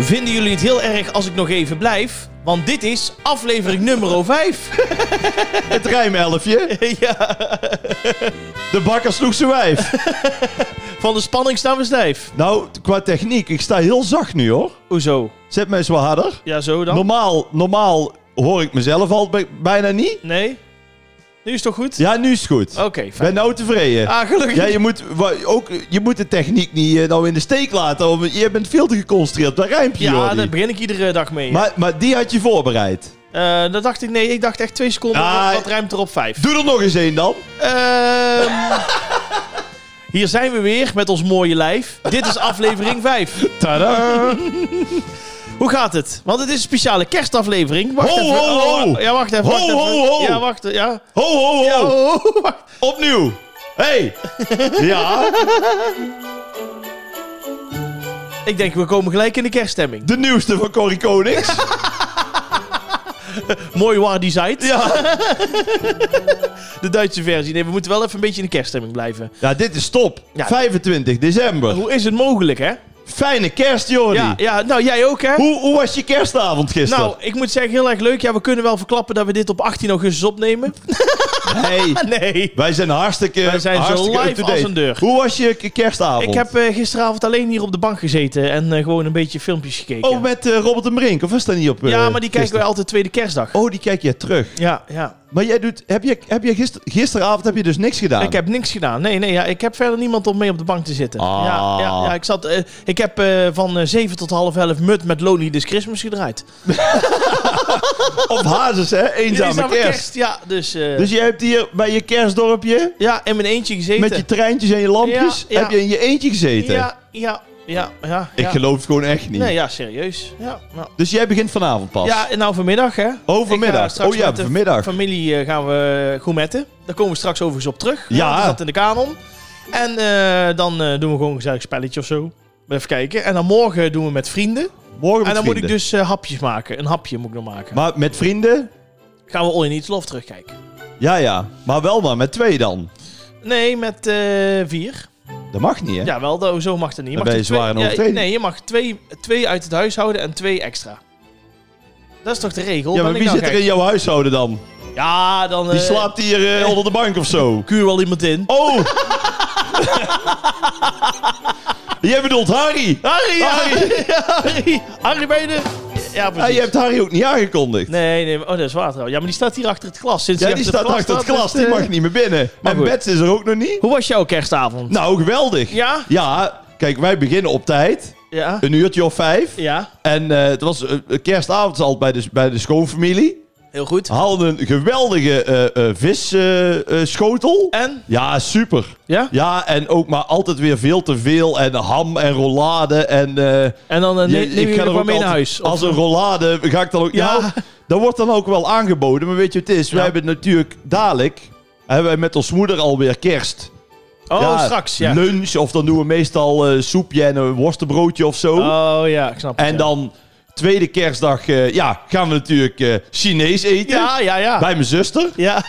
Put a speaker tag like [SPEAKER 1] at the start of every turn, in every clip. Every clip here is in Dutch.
[SPEAKER 1] Vinden jullie het heel erg als ik nog even blijf? Want dit is aflevering nummer 5.
[SPEAKER 2] Het rijmelfje.
[SPEAKER 1] ja,
[SPEAKER 2] De bakker sloeg zijn wijf.
[SPEAKER 1] van de spanning staan we stijf.
[SPEAKER 2] Nou, qua techniek, ik sta heel zacht nu hoor.
[SPEAKER 1] Hoezo?
[SPEAKER 2] Zet mij eens wat harder.
[SPEAKER 1] Ja, zo dan?
[SPEAKER 2] Normaal, normaal hoor ik mezelf al bij- bijna niet.
[SPEAKER 1] Nee? Nu is het toch goed?
[SPEAKER 2] Ja, nu is het goed.
[SPEAKER 1] Oké,
[SPEAKER 2] Ik
[SPEAKER 1] Oh, fijn.
[SPEAKER 2] Ben nou tevreden.
[SPEAKER 1] Ah, gelukkig.
[SPEAKER 2] Ja, je moet, wa- ook, je moet de techniek niet eh, nou in de steek laten. want je bent veel te geconcentreerd op dat rijmpje,
[SPEAKER 1] Ja,
[SPEAKER 2] Jordi.
[SPEAKER 1] daar begin ik iedere dag mee.
[SPEAKER 2] maar, maar die had je voorbereid.
[SPEAKER 1] Eh, dat dacht ik, nee, ik dacht echt twee seconden,
[SPEAKER 2] Ah,
[SPEAKER 1] wat- wat ruimt er op vijf?
[SPEAKER 2] Doe er nog eens één dan.
[SPEAKER 1] Ehm, hier zijn we weer met ons mooie lijf. Dit is aflevering 5.
[SPEAKER 2] Tadaa.
[SPEAKER 1] Hoe gaat het? Want het is een speciale kerstaflevering. Wacht
[SPEAKER 2] Ho,
[SPEAKER 1] even.
[SPEAKER 2] ho, ho.
[SPEAKER 1] Oh, Ja, wacht even.
[SPEAKER 2] Ho,
[SPEAKER 1] wacht even.
[SPEAKER 2] ho, ho.
[SPEAKER 1] Ja, wacht. Ja.
[SPEAKER 2] Ho, ho, ho.
[SPEAKER 1] Oh, wacht.
[SPEAKER 2] Opnieuw. Hey. ja,
[SPEAKER 1] Ik denk, we komen gelijk in de kerststemming.
[SPEAKER 2] de nieuwste van Corrie Konings.
[SPEAKER 1] Mooi waar die zijt.
[SPEAKER 2] ja.
[SPEAKER 1] De Duitse versie. Nee, we moeten wel even een beetje in de kerststemming blijven.
[SPEAKER 2] ja, dit is top.
[SPEAKER 1] Ja.
[SPEAKER 2] 25 december.
[SPEAKER 1] Hoe is het mogelijk, hè?
[SPEAKER 2] Fijne kerst, Jordi.
[SPEAKER 1] Ja, ja nou jij ook, hè?
[SPEAKER 2] Hoe, hoe was je kerstavond gisteren?
[SPEAKER 1] Nou, ik moet zeggen, heel erg leuk. Ja, we kunnen wel verklappen dat we dit op 18 augustus opnemen.
[SPEAKER 2] hey.
[SPEAKER 1] Nee.
[SPEAKER 2] Wij zijn hartstikke
[SPEAKER 1] Wij zijn zo
[SPEAKER 2] hartstikke
[SPEAKER 1] live
[SPEAKER 2] up-to-date.
[SPEAKER 1] als een deur.
[SPEAKER 2] Hoe was je k- kerstavond?
[SPEAKER 1] Ik heb eh, gisteravond alleen hier op de bank gezeten en eh, gewoon een beetje filmpjes gekeken.
[SPEAKER 2] Oh, met eh, Robert en Brink, of was dat niet op eh,
[SPEAKER 1] ja, maar die kijken we
[SPEAKER 2] gisteren?
[SPEAKER 1] altijd tweede kerstdag.
[SPEAKER 2] Oh, die kijk jij terug.
[SPEAKER 1] Ja, ja.
[SPEAKER 2] Maar jij doet... Heb je, heb je gister, gisteravond heb je dus niks gedaan?
[SPEAKER 1] Ik heb niks gedaan. Nee, nee, ja, ik heb verder niemand om mee op de bank te zitten.
[SPEAKER 2] Ah.
[SPEAKER 1] Ja, ja, ja, ik, zat, eh, ik heb eh, van eh, 7 tot half 11 mut met Lonely This Christmas gedraaid.
[SPEAKER 2] Op Hazes, hè? Eenzame,
[SPEAKER 1] Eenzame
[SPEAKER 2] kerst.
[SPEAKER 1] Ja, dus, eh,
[SPEAKER 2] Dus jij hebt hier bij je kerstdorpje...
[SPEAKER 1] ja, in mijn eentje gezeten.
[SPEAKER 2] Met je treintjes en je lampjes...
[SPEAKER 1] Ja, ja.
[SPEAKER 2] Heb je in je eentje gezeten?
[SPEAKER 1] Ja, ja, ja, ja.
[SPEAKER 2] Ik
[SPEAKER 1] ja.
[SPEAKER 2] geloof het gewoon echt niet.
[SPEAKER 1] Nee, ja, serieus. Ja, nou.
[SPEAKER 2] Dus jij begint vanavond pas?
[SPEAKER 1] Ja, en nou vanmiddag hè.
[SPEAKER 2] Oh,
[SPEAKER 1] Ik ga
[SPEAKER 2] vanmiddag.
[SPEAKER 1] straks
[SPEAKER 2] Oh ja,
[SPEAKER 1] met de
[SPEAKER 2] vanmiddag.
[SPEAKER 1] familie eh, gaan we gourmetten. Daar komen we straks overigens op terug.
[SPEAKER 2] Ja.
[SPEAKER 1] Want Dat in de kanon. En eh, dan eh, doen we gewoon een gezellig spelletje of zo. Even kijken. En dan morgen doen we met vrienden.
[SPEAKER 2] Morgen
[SPEAKER 1] en
[SPEAKER 2] met
[SPEAKER 1] dan moet ik
[SPEAKER 2] vrienden.
[SPEAKER 1] dus eh, hapjes maken. Een hapje moet ik nog maken.
[SPEAKER 2] Maar met vrienden?
[SPEAKER 1] Gaan we All in Eats Love terugkijken.
[SPEAKER 2] Ja, ja. Maar wel maar met twee dan.
[SPEAKER 1] Nee, met eh, vier.
[SPEAKER 2] Dat mag niet, hè?
[SPEAKER 1] Ja, wel, dat- zo mag dat niet. Je
[SPEAKER 2] Dan
[SPEAKER 1] mag
[SPEAKER 2] ben
[SPEAKER 1] er
[SPEAKER 2] je
[SPEAKER 1] twee-
[SPEAKER 2] zwaar in
[SPEAKER 1] ja,
[SPEAKER 2] overtreding.
[SPEAKER 1] Nee, je mag twee, twee uit het huishouden en twee extra. Dat is toch de regel?
[SPEAKER 2] Ja,
[SPEAKER 1] Ben
[SPEAKER 2] maar
[SPEAKER 1] ik
[SPEAKER 2] wie
[SPEAKER 1] nou
[SPEAKER 2] zit er
[SPEAKER 1] gek?
[SPEAKER 2] in jouw huishouden dan?
[SPEAKER 1] Ja, dan...
[SPEAKER 2] Die
[SPEAKER 1] eh,
[SPEAKER 2] slaapt hier eh, onder de bank of zo.
[SPEAKER 1] Kuur wel iemand in.
[SPEAKER 2] Oh! Jij bedoelt Harry! Ah,
[SPEAKER 1] Harry! ja.
[SPEAKER 2] Harry.
[SPEAKER 1] Harry! Harry ben je er? Ja,
[SPEAKER 2] Ah,
[SPEAKER 1] precies.
[SPEAKER 2] je hebt Harry ook niet aangekondigd.
[SPEAKER 1] Nee, nee, maar- oh, dat is waar trouwens. Ja, maar die staat hier achter het glas. Sinds
[SPEAKER 2] ja,
[SPEAKER 1] hij
[SPEAKER 2] die staat achter het glas,
[SPEAKER 1] staat,
[SPEAKER 2] die
[SPEAKER 1] dus,
[SPEAKER 2] mag
[SPEAKER 1] eh,
[SPEAKER 2] niet meer binnen.
[SPEAKER 1] maar
[SPEAKER 2] en
[SPEAKER 1] goed.
[SPEAKER 2] Bets is er ook nog niet.
[SPEAKER 1] Hoe was jouw kerstavond?
[SPEAKER 2] Nou, geweldig.
[SPEAKER 1] Ja?
[SPEAKER 2] Ja, kijk, wij beginnen op tijd.
[SPEAKER 1] Ja.
[SPEAKER 2] Een uurtje of vijf.
[SPEAKER 1] Ja,
[SPEAKER 2] En eh, het was eh, kerstavond al bij de, bij de schoonfamilie.
[SPEAKER 1] heel goed.
[SPEAKER 2] We hadden een geweldige eh, visschotel.
[SPEAKER 1] En?
[SPEAKER 2] eh, ja, super.
[SPEAKER 1] Ja?
[SPEAKER 2] Ja, en ook maar altijd weer veel te veel. En ham en rollade. En eh,
[SPEAKER 1] En dan eh,
[SPEAKER 2] je-
[SPEAKER 1] neem, neem je er
[SPEAKER 2] ook
[SPEAKER 1] mee naar
[SPEAKER 2] altijd-
[SPEAKER 1] huis?
[SPEAKER 2] Als een rollade ga ik dan ook...
[SPEAKER 1] Ja.
[SPEAKER 2] Ja. dat wordt dan ook wel aangeboden. Maar weet je wat het is?
[SPEAKER 1] Ja.
[SPEAKER 2] Wij hebben natuurlijk dadelijk... Hebben wij met ons moeder alweer kerst.
[SPEAKER 1] oh,
[SPEAKER 2] Ja,
[SPEAKER 1] straks, ja.
[SPEAKER 2] Lunch. Of dan doen we meestal eh, soepje en een worstenbroodje of zo.
[SPEAKER 1] Oh ja, ik snap het.
[SPEAKER 2] En
[SPEAKER 1] ja.
[SPEAKER 2] dan tweede kerstdag... eh, ja, gaan we natuurlijk eh, Chinees eten.
[SPEAKER 1] Ja, ja, ja.
[SPEAKER 2] Bij mijn zuster.
[SPEAKER 1] Ja.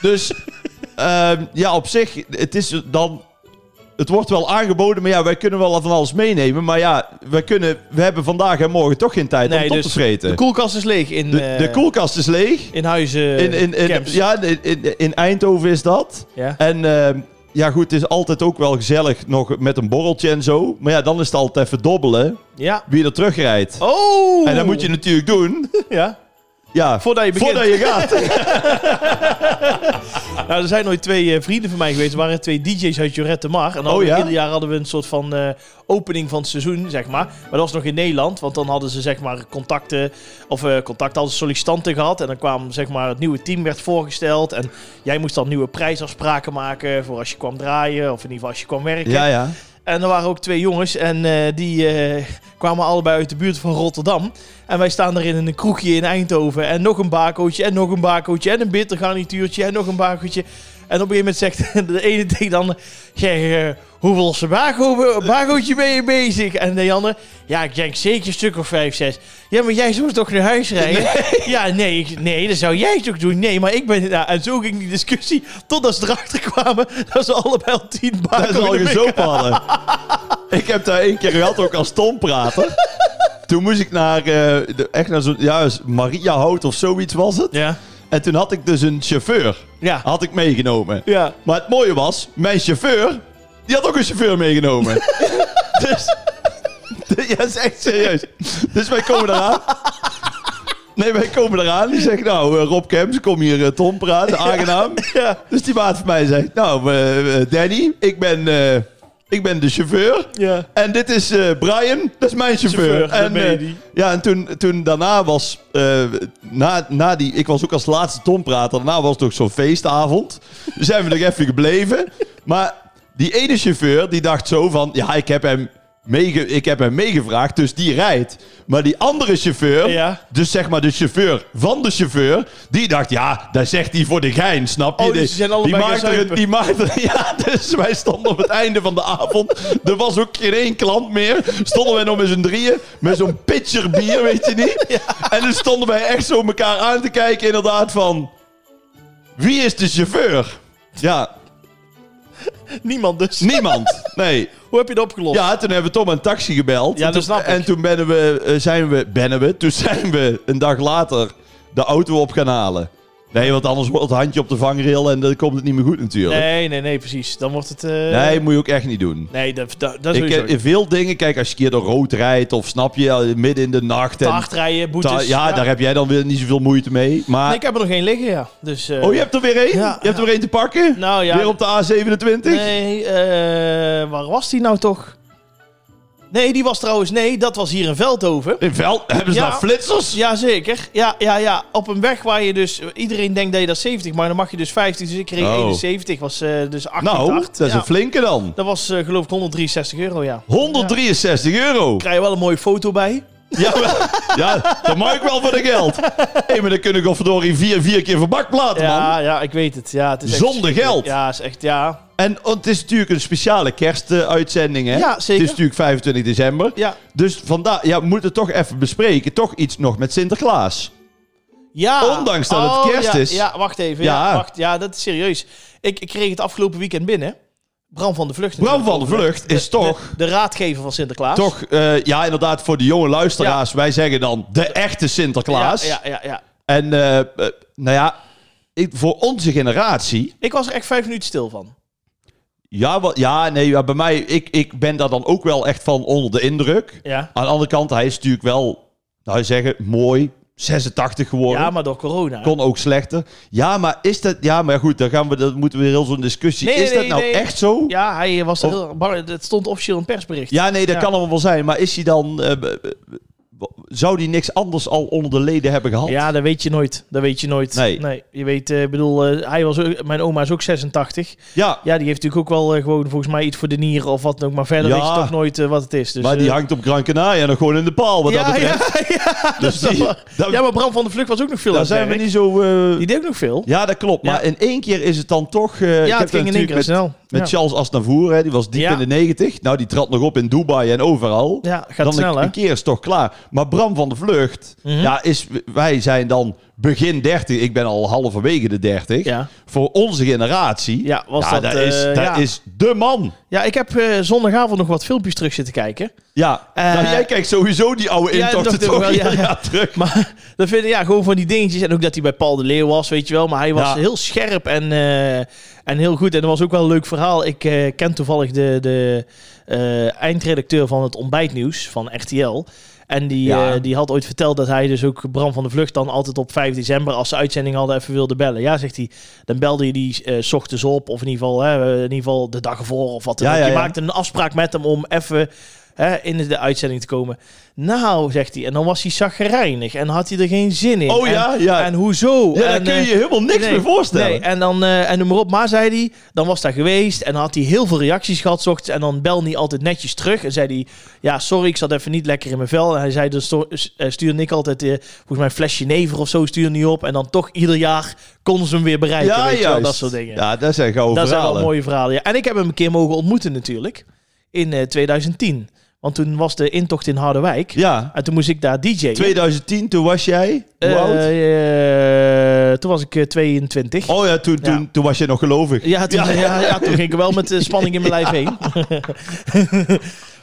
[SPEAKER 2] Dus ehm, ja, op zich, het is dan. Het wordt wel aangeboden, maar ja, wij kunnen wel van alles meenemen. Maar ja, wij kunnen, we hebben vandaag en morgen toch geen tijd om
[SPEAKER 1] Nee,
[SPEAKER 2] het op
[SPEAKER 1] dus
[SPEAKER 2] te vreten.
[SPEAKER 1] de
[SPEAKER 2] De,
[SPEAKER 1] koelkast is leeg in,
[SPEAKER 2] de,
[SPEAKER 1] eh,
[SPEAKER 2] koelkast is leeg.
[SPEAKER 1] in huizen.
[SPEAKER 2] In, in, in-
[SPEAKER 1] camps.
[SPEAKER 2] ja, in, in, in Eindhoven is dat.
[SPEAKER 1] Ja.
[SPEAKER 2] En ehm, ja, goed, het is altijd ook wel gezellig nog met een borreltje en zo. Maar ja, dan is het altijd even dobbelen
[SPEAKER 1] Ja.
[SPEAKER 2] wie er terugrijdt.
[SPEAKER 1] Oh!
[SPEAKER 2] En dat moet je natuurlijk doen.
[SPEAKER 1] Ja.
[SPEAKER 2] Ja,
[SPEAKER 1] Voordat je begint.
[SPEAKER 2] voordat je gaat.
[SPEAKER 1] Nou, er zijn ooit twee eh, vrienden van mij geweest. Er waren twee DJ's uit Jorette Mar. En dan hadden we
[SPEAKER 2] Oh, ja?
[SPEAKER 1] ieder jaar hadden we een soort van eh, opening van het seizoen, zeg maar. Maar dat was nog in Nederland. Want dan hadden ze zeg maar contacten, of eh contact hadden ze sollicitanten gehad. En dan kwam zeg maar het nieuwe team werd voorgesteld. En jij moest dan nieuwe prijsafspraken maken voor als je kwam draaien. Of in ieder geval als je kwam werken.
[SPEAKER 2] Ja, ja.
[SPEAKER 1] En er waren ook twee jongens en eh, die eh, kwamen allebei uit de buurt van Rotterdam. En wij staan er in een kroegje in Eindhoven. En nog een bakootje en nog een bakootje en een bittergarnituurtje en nog een bakootje. En op een gegeven moment zegt de ene tegen de ander... Zeg, eh, hoeveel bako, bakootje ben je bezig? En de ander... Ja, ik denk zeker een stuk of vijf, zes. Ja, maar jij zou toch naar huis rijden? Ja, nee, ik- nee, dat zou jij toch doen? Nee, maar ik ben... Nou, en zo ging die discussie totdat ze erachter kwamen... dat ze allebei al tien
[SPEAKER 2] Dat
[SPEAKER 1] bakootjes
[SPEAKER 2] is al gezopen hadden. Ik heb daar één keer gehad, ook als Tom praten. Toen moest ik naar, eh, de- echt naar zo'n, ja, Maria Hout of zoiets was het.
[SPEAKER 1] Ja.
[SPEAKER 2] En toen had ik dus een chauffeur,
[SPEAKER 1] Ja.
[SPEAKER 2] had ik meegenomen.
[SPEAKER 1] Ja.
[SPEAKER 2] Maar het mooie was, mijn chauffeur, die had ook een chauffeur meegenomen. dus, ja, dat is echt serieus. Dus wij komen eraan. Nee, wij komen eraan. Die zegt, nou, eh, Rob Kemps, kom hier eh, Tom praten, aangenaam.
[SPEAKER 1] Ja.
[SPEAKER 2] Dus die maat van mij zegt, nou, eh, eh, Danny, ik ben, eh, ik ben de chauffeur.
[SPEAKER 1] Ja.
[SPEAKER 2] En dit is eh, Brian, dat is mijn chauffeur.
[SPEAKER 1] Chauffeur, dat
[SPEAKER 2] en,
[SPEAKER 1] ben je
[SPEAKER 2] eh,
[SPEAKER 1] die.
[SPEAKER 2] ja, en toen, toen daarna was, eh, na, na die, ik was ook als laatste tonprater, daarna was het ook zo'n feestavond. Dus zijn we nog even gebleven. Maar die ene chauffeur, die dacht zo van, ja, ik heb hem, meege, ik heb hem meegevraagd, dus die rijdt. Maar die andere chauffeur,
[SPEAKER 1] Ja.
[SPEAKER 2] dus zeg maar de chauffeur van de chauffeur, die dacht, ja, daar zegt hij voor de gein, snap je?
[SPEAKER 1] Oh, dus
[SPEAKER 2] Die-
[SPEAKER 1] ze zijn
[SPEAKER 2] die
[SPEAKER 1] allebei gaan
[SPEAKER 2] maakt er een,
[SPEAKER 1] zuipen.
[SPEAKER 2] die maakte, ja, dus wij stonden op het einde van de avond. Er was ook geen één klant meer. Stonden wij nog met z'n drieën met zo'n pitcher bier, weet je niet? En dan stonden wij echt zo elkaar aan te kijken, inderdaad, van... Wie is de chauffeur? Ja,
[SPEAKER 1] Niemand dus.
[SPEAKER 2] niemand. Nee.
[SPEAKER 1] Hoe heb je dat opgelost?
[SPEAKER 2] Ja, toen hebben we Tom een taxi gebeld.
[SPEAKER 1] Ja, dat
[SPEAKER 2] En toen-
[SPEAKER 1] snap ik.
[SPEAKER 2] En toen bennen we, eh, zijn we, bennen we, toen zijn we een dag later de auto op gaan halen. Nee, want anders wordt het handje op de vangrail en dan komt het niet meer goed natuurlijk.
[SPEAKER 1] Nee, nee, nee, precies. Dan wordt het... eh,
[SPEAKER 2] Nee, moet je ook echt niet doen.
[SPEAKER 1] Nee, dat, dat, dat is
[SPEAKER 2] Ik, eh,
[SPEAKER 1] sowieso.
[SPEAKER 2] ken- in veel dingen, kijk, als je een keer door rood rijdt of snap je, eh, midden in de nacht.
[SPEAKER 1] Te
[SPEAKER 2] En
[SPEAKER 1] hard rijden, boetes.
[SPEAKER 2] ta- ja, daar heb jij dan weer niet zoveel moeite mee. Maar,
[SPEAKER 1] Nee, ik heb er nog één liggen, ja. Dus, eh,
[SPEAKER 2] oh, je hebt er weer één?
[SPEAKER 1] Ja,
[SPEAKER 2] je hebt er weer één te pakken?
[SPEAKER 1] Nou ja.
[SPEAKER 2] Weer op de A27?
[SPEAKER 1] Nee, eh, waar was die nou toch? Nee, die was trouwens... Nee, dat was hier in Veldhoven.
[SPEAKER 2] In Veld Eh, hebben ze
[SPEAKER 1] Ja.
[SPEAKER 2] daar flitsers?
[SPEAKER 1] Jazeker. Ja, ja, ja. Op een weg waar je dus... Iedereen denkt dat je dat 70, maar dan mag je dus 50. Dus ik kreeg
[SPEAKER 2] Oh.
[SPEAKER 1] 71, was eh, dus 8
[SPEAKER 2] nou, dat is
[SPEAKER 1] ja.
[SPEAKER 2] een flinke dan.
[SPEAKER 1] Dat was eh, geloof ik 163 euro, ja.
[SPEAKER 2] 163 euro.
[SPEAKER 1] Krijg je wel een mooie foto bij.
[SPEAKER 2] Ja, wel- ja, dat mag ik wel voor de geld. Hé, maar dan kunnen we verdorie vier, vier keer verbak platen, man.
[SPEAKER 1] Ja, ja, ik weet het. Ja, het is echt
[SPEAKER 2] Zonder
[SPEAKER 1] super.
[SPEAKER 2] geld.
[SPEAKER 1] Ja, is echt, ja.
[SPEAKER 2] En oh, het is natuurlijk een speciale kerstuitzending, hè?
[SPEAKER 1] Ja, zeker.
[SPEAKER 2] Het is natuurlijk 25 december.
[SPEAKER 1] Ja,
[SPEAKER 2] Dus vandaar, ja, we moeten het toch even bespreken. Toch iets nog met Sinterklaas.
[SPEAKER 1] ja.
[SPEAKER 2] Ondanks dat het
[SPEAKER 1] Oh,
[SPEAKER 2] kerst
[SPEAKER 1] ja,
[SPEAKER 2] is.
[SPEAKER 1] Ja, wacht even. Ja.
[SPEAKER 2] Ja.
[SPEAKER 1] wacht. Ja, dat is serieus. Ik, ik kreeg het afgelopen weekend binnen. Bram van de Vlucht.
[SPEAKER 2] Bram
[SPEAKER 1] natuurlijk
[SPEAKER 2] van de
[SPEAKER 1] ook,
[SPEAKER 2] Vlucht
[SPEAKER 1] hè.
[SPEAKER 2] is
[SPEAKER 1] De-
[SPEAKER 2] toch,
[SPEAKER 1] De, de raadgever van Sinterklaas.
[SPEAKER 2] toch eh, ja, inderdaad, voor de jonge luisteraars. Wij zeggen dan de echte Sinterklaas.
[SPEAKER 1] Ja, ja, ja, ja.
[SPEAKER 2] En, eh, eh, nou ja, ik, voor onze generatie.
[SPEAKER 1] Ik was er echt vijf minuten stil van.
[SPEAKER 2] Ja, wel- ja nee, ja, bij mij, ik, ik ben daar dan ook wel echt van onder de indruk.
[SPEAKER 1] Ja.
[SPEAKER 2] Aan de andere kant, hij is natuurlijk wel, nou je zeggen, mooi, 86 geworden.
[SPEAKER 1] Ja, maar door corona.
[SPEAKER 2] Kon ook slechter. Ja, maar is dat... Ja, maar goed, dan gaan we, dat moeten we weer heel zo'n discussie.
[SPEAKER 1] Nee, nee,
[SPEAKER 2] is dat
[SPEAKER 1] nee,
[SPEAKER 2] nou
[SPEAKER 1] nee.
[SPEAKER 2] echt zo?
[SPEAKER 1] Ja, hij was er
[SPEAKER 2] Of-
[SPEAKER 1] heel... bang. Het stond officieel in persbericht.
[SPEAKER 2] Oh. Ja, nee, dat
[SPEAKER 1] Ja.
[SPEAKER 2] kan allemaal wel zijn. Maar is hij dan... eh, b- b- b- zou die niks anders al onder de leden hebben gehad?
[SPEAKER 1] Ja, dat weet je nooit. Dat weet je nooit.
[SPEAKER 2] Nee.
[SPEAKER 1] je weet, eh, ik bedoel, eh, hij was ook, mijn oma is ook 86.
[SPEAKER 2] Ja,
[SPEAKER 1] Ja, die heeft natuurlijk ook wel eh, gewoon volgens mij iets voor de nieren of wat dan ook. Maar verder
[SPEAKER 2] Ja.
[SPEAKER 1] weet je toch nooit eh, wat het is. Dus,
[SPEAKER 2] maar die
[SPEAKER 1] eh,
[SPEAKER 2] hangt op Gran Canaria nog gewoon in de paal, wat
[SPEAKER 1] ja,
[SPEAKER 2] dat betreft.
[SPEAKER 1] ja, ja,
[SPEAKER 2] Dus
[SPEAKER 1] dat is
[SPEAKER 2] die-
[SPEAKER 1] wel-
[SPEAKER 2] dat-
[SPEAKER 1] ja, maar Bram van der Vlucht was ook nog veel aan
[SPEAKER 2] Daar
[SPEAKER 1] het
[SPEAKER 2] zijn we
[SPEAKER 1] werk.
[SPEAKER 2] niet zo... eh,
[SPEAKER 1] Die deed ook nog veel.
[SPEAKER 2] Ja, dat klopt. Maar in één keer is het dan toch... eh, ik
[SPEAKER 1] Ja, het
[SPEAKER 2] heb dat
[SPEAKER 1] ging in één
[SPEAKER 2] natuurlijk
[SPEAKER 1] keer
[SPEAKER 2] met,
[SPEAKER 1] snel.
[SPEAKER 2] Met
[SPEAKER 1] ja.
[SPEAKER 2] Charles Aznavour, hè, die was diep
[SPEAKER 1] Ja.
[SPEAKER 2] in de 90. Nou, die trad nog op in Dubai en overal.
[SPEAKER 1] ja, gaat
[SPEAKER 2] dan
[SPEAKER 1] snel,
[SPEAKER 2] een,
[SPEAKER 1] hè?
[SPEAKER 2] een keer is het toch klaar. Maar Bram van de Vlucht,
[SPEAKER 1] Mhm.
[SPEAKER 2] ja, is, wij zijn dan begin 30. Ik ben al halverwege de 30.
[SPEAKER 1] Ja.
[SPEAKER 2] Voor onze generatie,
[SPEAKER 1] Ja, was dat, eh,
[SPEAKER 2] is, dat
[SPEAKER 1] ja.
[SPEAKER 2] is de man.
[SPEAKER 1] ja, ik heb eh, zondagavond nog wat filmpjes terug zitten kijken.
[SPEAKER 2] Ja,
[SPEAKER 1] Eh,
[SPEAKER 2] nou, jij kijkt sowieso die oude
[SPEAKER 1] ja,
[SPEAKER 2] intochten
[SPEAKER 1] dat
[SPEAKER 2] toch
[SPEAKER 1] wel, ja.
[SPEAKER 2] ieder jaar terug.
[SPEAKER 1] Maar dat vind ik ja, gewoon van die dingetjes. En ook dat hij bij Paul de Leeuw was, weet je wel. Maar hij was
[SPEAKER 2] Ja.
[SPEAKER 1] heel scherp en, eh, en heel goed. En dat was ook wel een leuk verhaal. Ik eh, ken toevallig de, de eh, eindredacteur van het ontbijtnieuws van RTL. En die,
[SPEAKER 2] Ja.
[SPEAKER 1] eh, die had ooit verteld dat hij dus ook Bram van de Vlucht dan altijd op 5 december, als ze uitzending hadden, even wilde bellen. Ja, zegt hij. Dan belde je die eh, 's ochtends op, of in ieder geval, hè, eh, in ieder geval de dag ervoor of wat dan
[SPEAKER 2] Ja,
[SPEAKER 1] ook.
[SPEAKER 2] ja,
[SPEAKER 1] je
[SPEAKER 2] ja.
[SPEAKER 1] maakte een afspraak met hem om even hè, in de uitzending te komen. Nou, zegt hij. En dan was hij zagrijnig en had hij er geen zin in.
[SPEAKER 2] Oh
[SPEAKER 1] En-
[SPEAKER 2] ja, ja.
[SPEAKER 1] En hoezo?
[SPEAKER 2] ja, daar
[SPEAKER 1] en,
[SPEAKER 2] kun je
[SPEAKER 1] eh,
[SPEAKER 2] je helemaal niks
[SPEAKER 1] nee,
[SPEAKER 2] meer voorstellen.
[SPEAKER 1] Nee, en dan eh, en noem maar op. Maar zei hij, dan was daar geweest en had hij heel veel reacties gehad. 's ochtends. en dan belde hij altijd netjes terug. En zei hij, ja, sorry, ik zat even niet lekker in mijn vel. En hij zei, dus sto- s- eh, stuurde ik altijd, eh, volgens mij een flesje never of zo stuurde hij op. En dan toch ieder jaar konden ze hem weer bereiken. weet je wel,
[SPEAKER 2] juist.
[SPEAKER 1] dat soort dingen.
[SPEAKER 2] Ja, dat zijn gouden
[SPEAKER 1] dat zijn
[SPEAKER 2] verhalen.
[SPEAKER 1] wel mooie verhalen. Ja. En ik heb hem een keer mogen ontmoeten natuurlijk. In eh, 2010. Want toen was de intocht in Harderwijk.
[SPEAKER 2] Ja,
[SPEAKER 1] En toen moest ik daar DJ.
[SPEAKER 2] 2010, toen was jij...
[SPEAKER 1] Eh,
[SPEAKER 2] Hoe oud?
[SPEAKER 1] toen was ik eh, 22.
[SPEAKER 2] Oh ja toen, toen,
[SPEAKER 1] Ja.
[SPEAKER 2] toen was je nog gelovig.
[SPEAKER 1] Ja toen, ja. Ja, toen ging ik wel met eh, spanning in mijn lijf heen.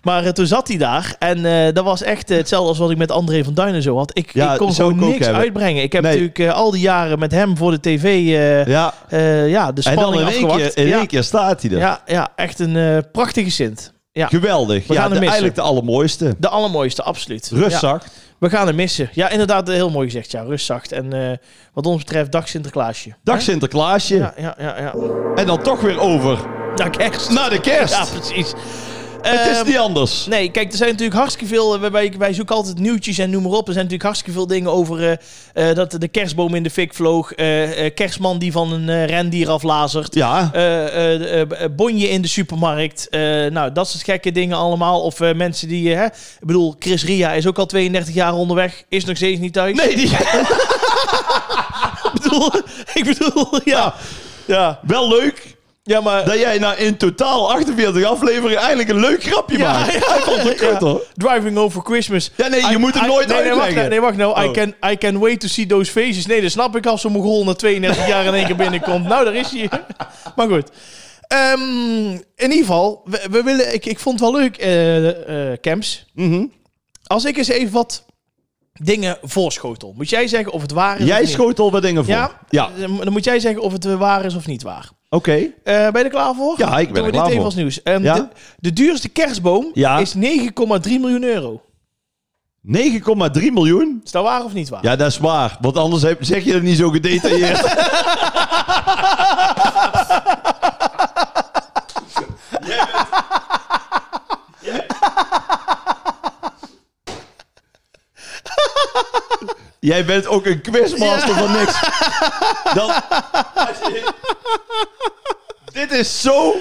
[SPEAKER 1] Maar eh, toen zat hij daar en eh, dat was echt eh, hetzelfde als wat ik met André van Duinen zo had. Ik,
[SPEAKER 2] Ja,
[SPEAKER 1] ik kon
[SPEAKER 2] zou
[SPEAKER 1] gewoon
[SPEAKER 2] ik ook
[SPEAKER 1] niks
[SPEAKER 2] hebben.
[SPEAKER 1] uitbrengen. Ik heb
[SPEAKER 2] Nee.
[SPEAKER 1] natuurlijk eh, al die jaren met hem voor de tv eh,
[SPEAKER 2] Ja.
[SPEAKER 1] eh, ja, de
[SPEAKER 2] En
[SPEAKER 1] spanning
[SPEAKER 2] dan in één,
[SPEAKER 1] afgewacht.
[SPEAKER 2] keer, in
[SPEAKER 1] ja.
[SPEAKER 2] één keer staat hij er.
[SPEAKER 1] Ja, ja, echt een eh, prachtige Sint. Ja,
[SPEAKER 2] Geweldig.
[SPEAKER 1] We
[SPEAKER 2] ja,
[SPEAKER 1] gaan hem
[SPEAKER 2] de-
[SPEAKER 1] missen.
[SPEAKER 2] eigenlijk de allermooiste.
[SPEAKER 1] de allermooiste, absoluut. Ja.
[SPEAKER 2] Rustzak.
[SPEAKER 1] We gaan hem missen. Ja, inderdaad, eh, heel mooi gezegd. Ja, rustzacht. En eh, wat ons betreft, dag Sinterklaasje.
[SPEAKER 2] Dag
[SPEAKER 1] Hè?
[SPEAKER 2] Sinterklaasje.
[SPEAKER 1] Ja, ja, ja, ja.
[SPEAKER 2] En dan toch weer over
[SPEAKER 1] Dag kerst.
[SPEAKER 2] naar de kerst.
[SPEAKER 1] Ja, precies.
[SPEAKER 2] Het is
[SPEAKER 1] Ehm,
[SPEAKER 2] niet anders.
[SPEAKER 1] Nee, kijk, er zijn natuurlijk hartstikke veel. eh, Wij, wij zoeken altijd nieuwtjes en noem maar op. Er zijn natuurlijk hartstikke veel dingen over eh, eh, dat de kerstboom in de fik vloog. eh, eh, kerstman die van een eh, rendier aflazert.
[SPEAKER 2] Ja.
[SPEAKER 1] eh, eh, eh, bonje in de supermarkt. Eh, nou, dat soort gekke dingen allemaal. Of eh, mensen die. eh, hè, ik bedoel, Chris Ria is ook al 32 jaar onderweg. Is nog steeds niet thuis.
[SPEAKER 2] Nee, die...
[SPEAKER 1] ik bedoel, ik bedoel ja. Ja,
[SPEAKER 2] wel leuk
[SPEAKER 1] ja maar.
[SPEAKER 2] dat jij na in totaal 48 afleveringen eindelijk een leuk grapje
[SPEAKER 1] Ja,
[SPEAKER 2] maakt.
[SPEAKER 1] ja.
[SPEAKER 2] Hij vond het kut,
[SPEAKER 1] Ja.
[SPEAKER 2] hoor.
[SPEAKER 1] Driving over Christmas.
[SPEAKER 2] Ja, nee, je moet het
[SPEAKER 1] I-
[SPEAKER 2] nooit
[SPEAKER 1] nee, nee, wacht, nou,
[SPEAKER 2] uitleggen.
[SPEAKER 1] nee, wacht nou. I,
[SPEAKER 2] Oh.
[SPEAKER 1] can, I can wait to see those faces. Nee, dat snap ik als zo'n Mogol na 32 jaar in één keer binnenkomt. Nou, daar is hij. maar goed. Ehm, in ieder geval, we, we willen, ik, ik vond het wel leuk, eh eh Camps.
[SPEAKER 2] Mhm.
[SPEAKER 1] Als ik eens even wat dingen voorschotel. Moet jij zeggen of het waar is
[SPEAKER 2] Jij
[SPEAKER 1] of niet?
[SPEAKER 2] schoot al wat dingen voor.
[SPEAKER 1] Ja?
[SPEAKER 2] Ja,
[SPEAKER 1] Dan dan moet jij zeggen of het eh, waar is of niet waar.
[SPEAKER 2] oké.
[SPEAKER 1] Eh, ben je er klaar voor?
[SPEAKER 2] Ja, ik ben
[SPEAKER 1] Doen
[SPEAKER 2] er
[SPEAKER 1] we
[SPEAKER 2] klaar
[SPEAKER 1] dit even
[SPEAKER 2] voor.
[SPEAKER 1] als nieuws. Ehm,
[SPEAKER 2] Ja?
[SPEAKER 1] de, de duurste kerstboom
[SPEAKER 2] Ja.
[SPEAKER 1] is 9,3 miljoen euro.
[SPEAKER 2] 9,3 miljoen?
[SPEAKER 1] Is dat waar of niet waar?
[SPEAKER 2] Ja, dat is waar. Want anders heb- zeg je dat niet zo gedetailleerd. Jij bent ook een quizmaster van niks. Dan, dit is zo...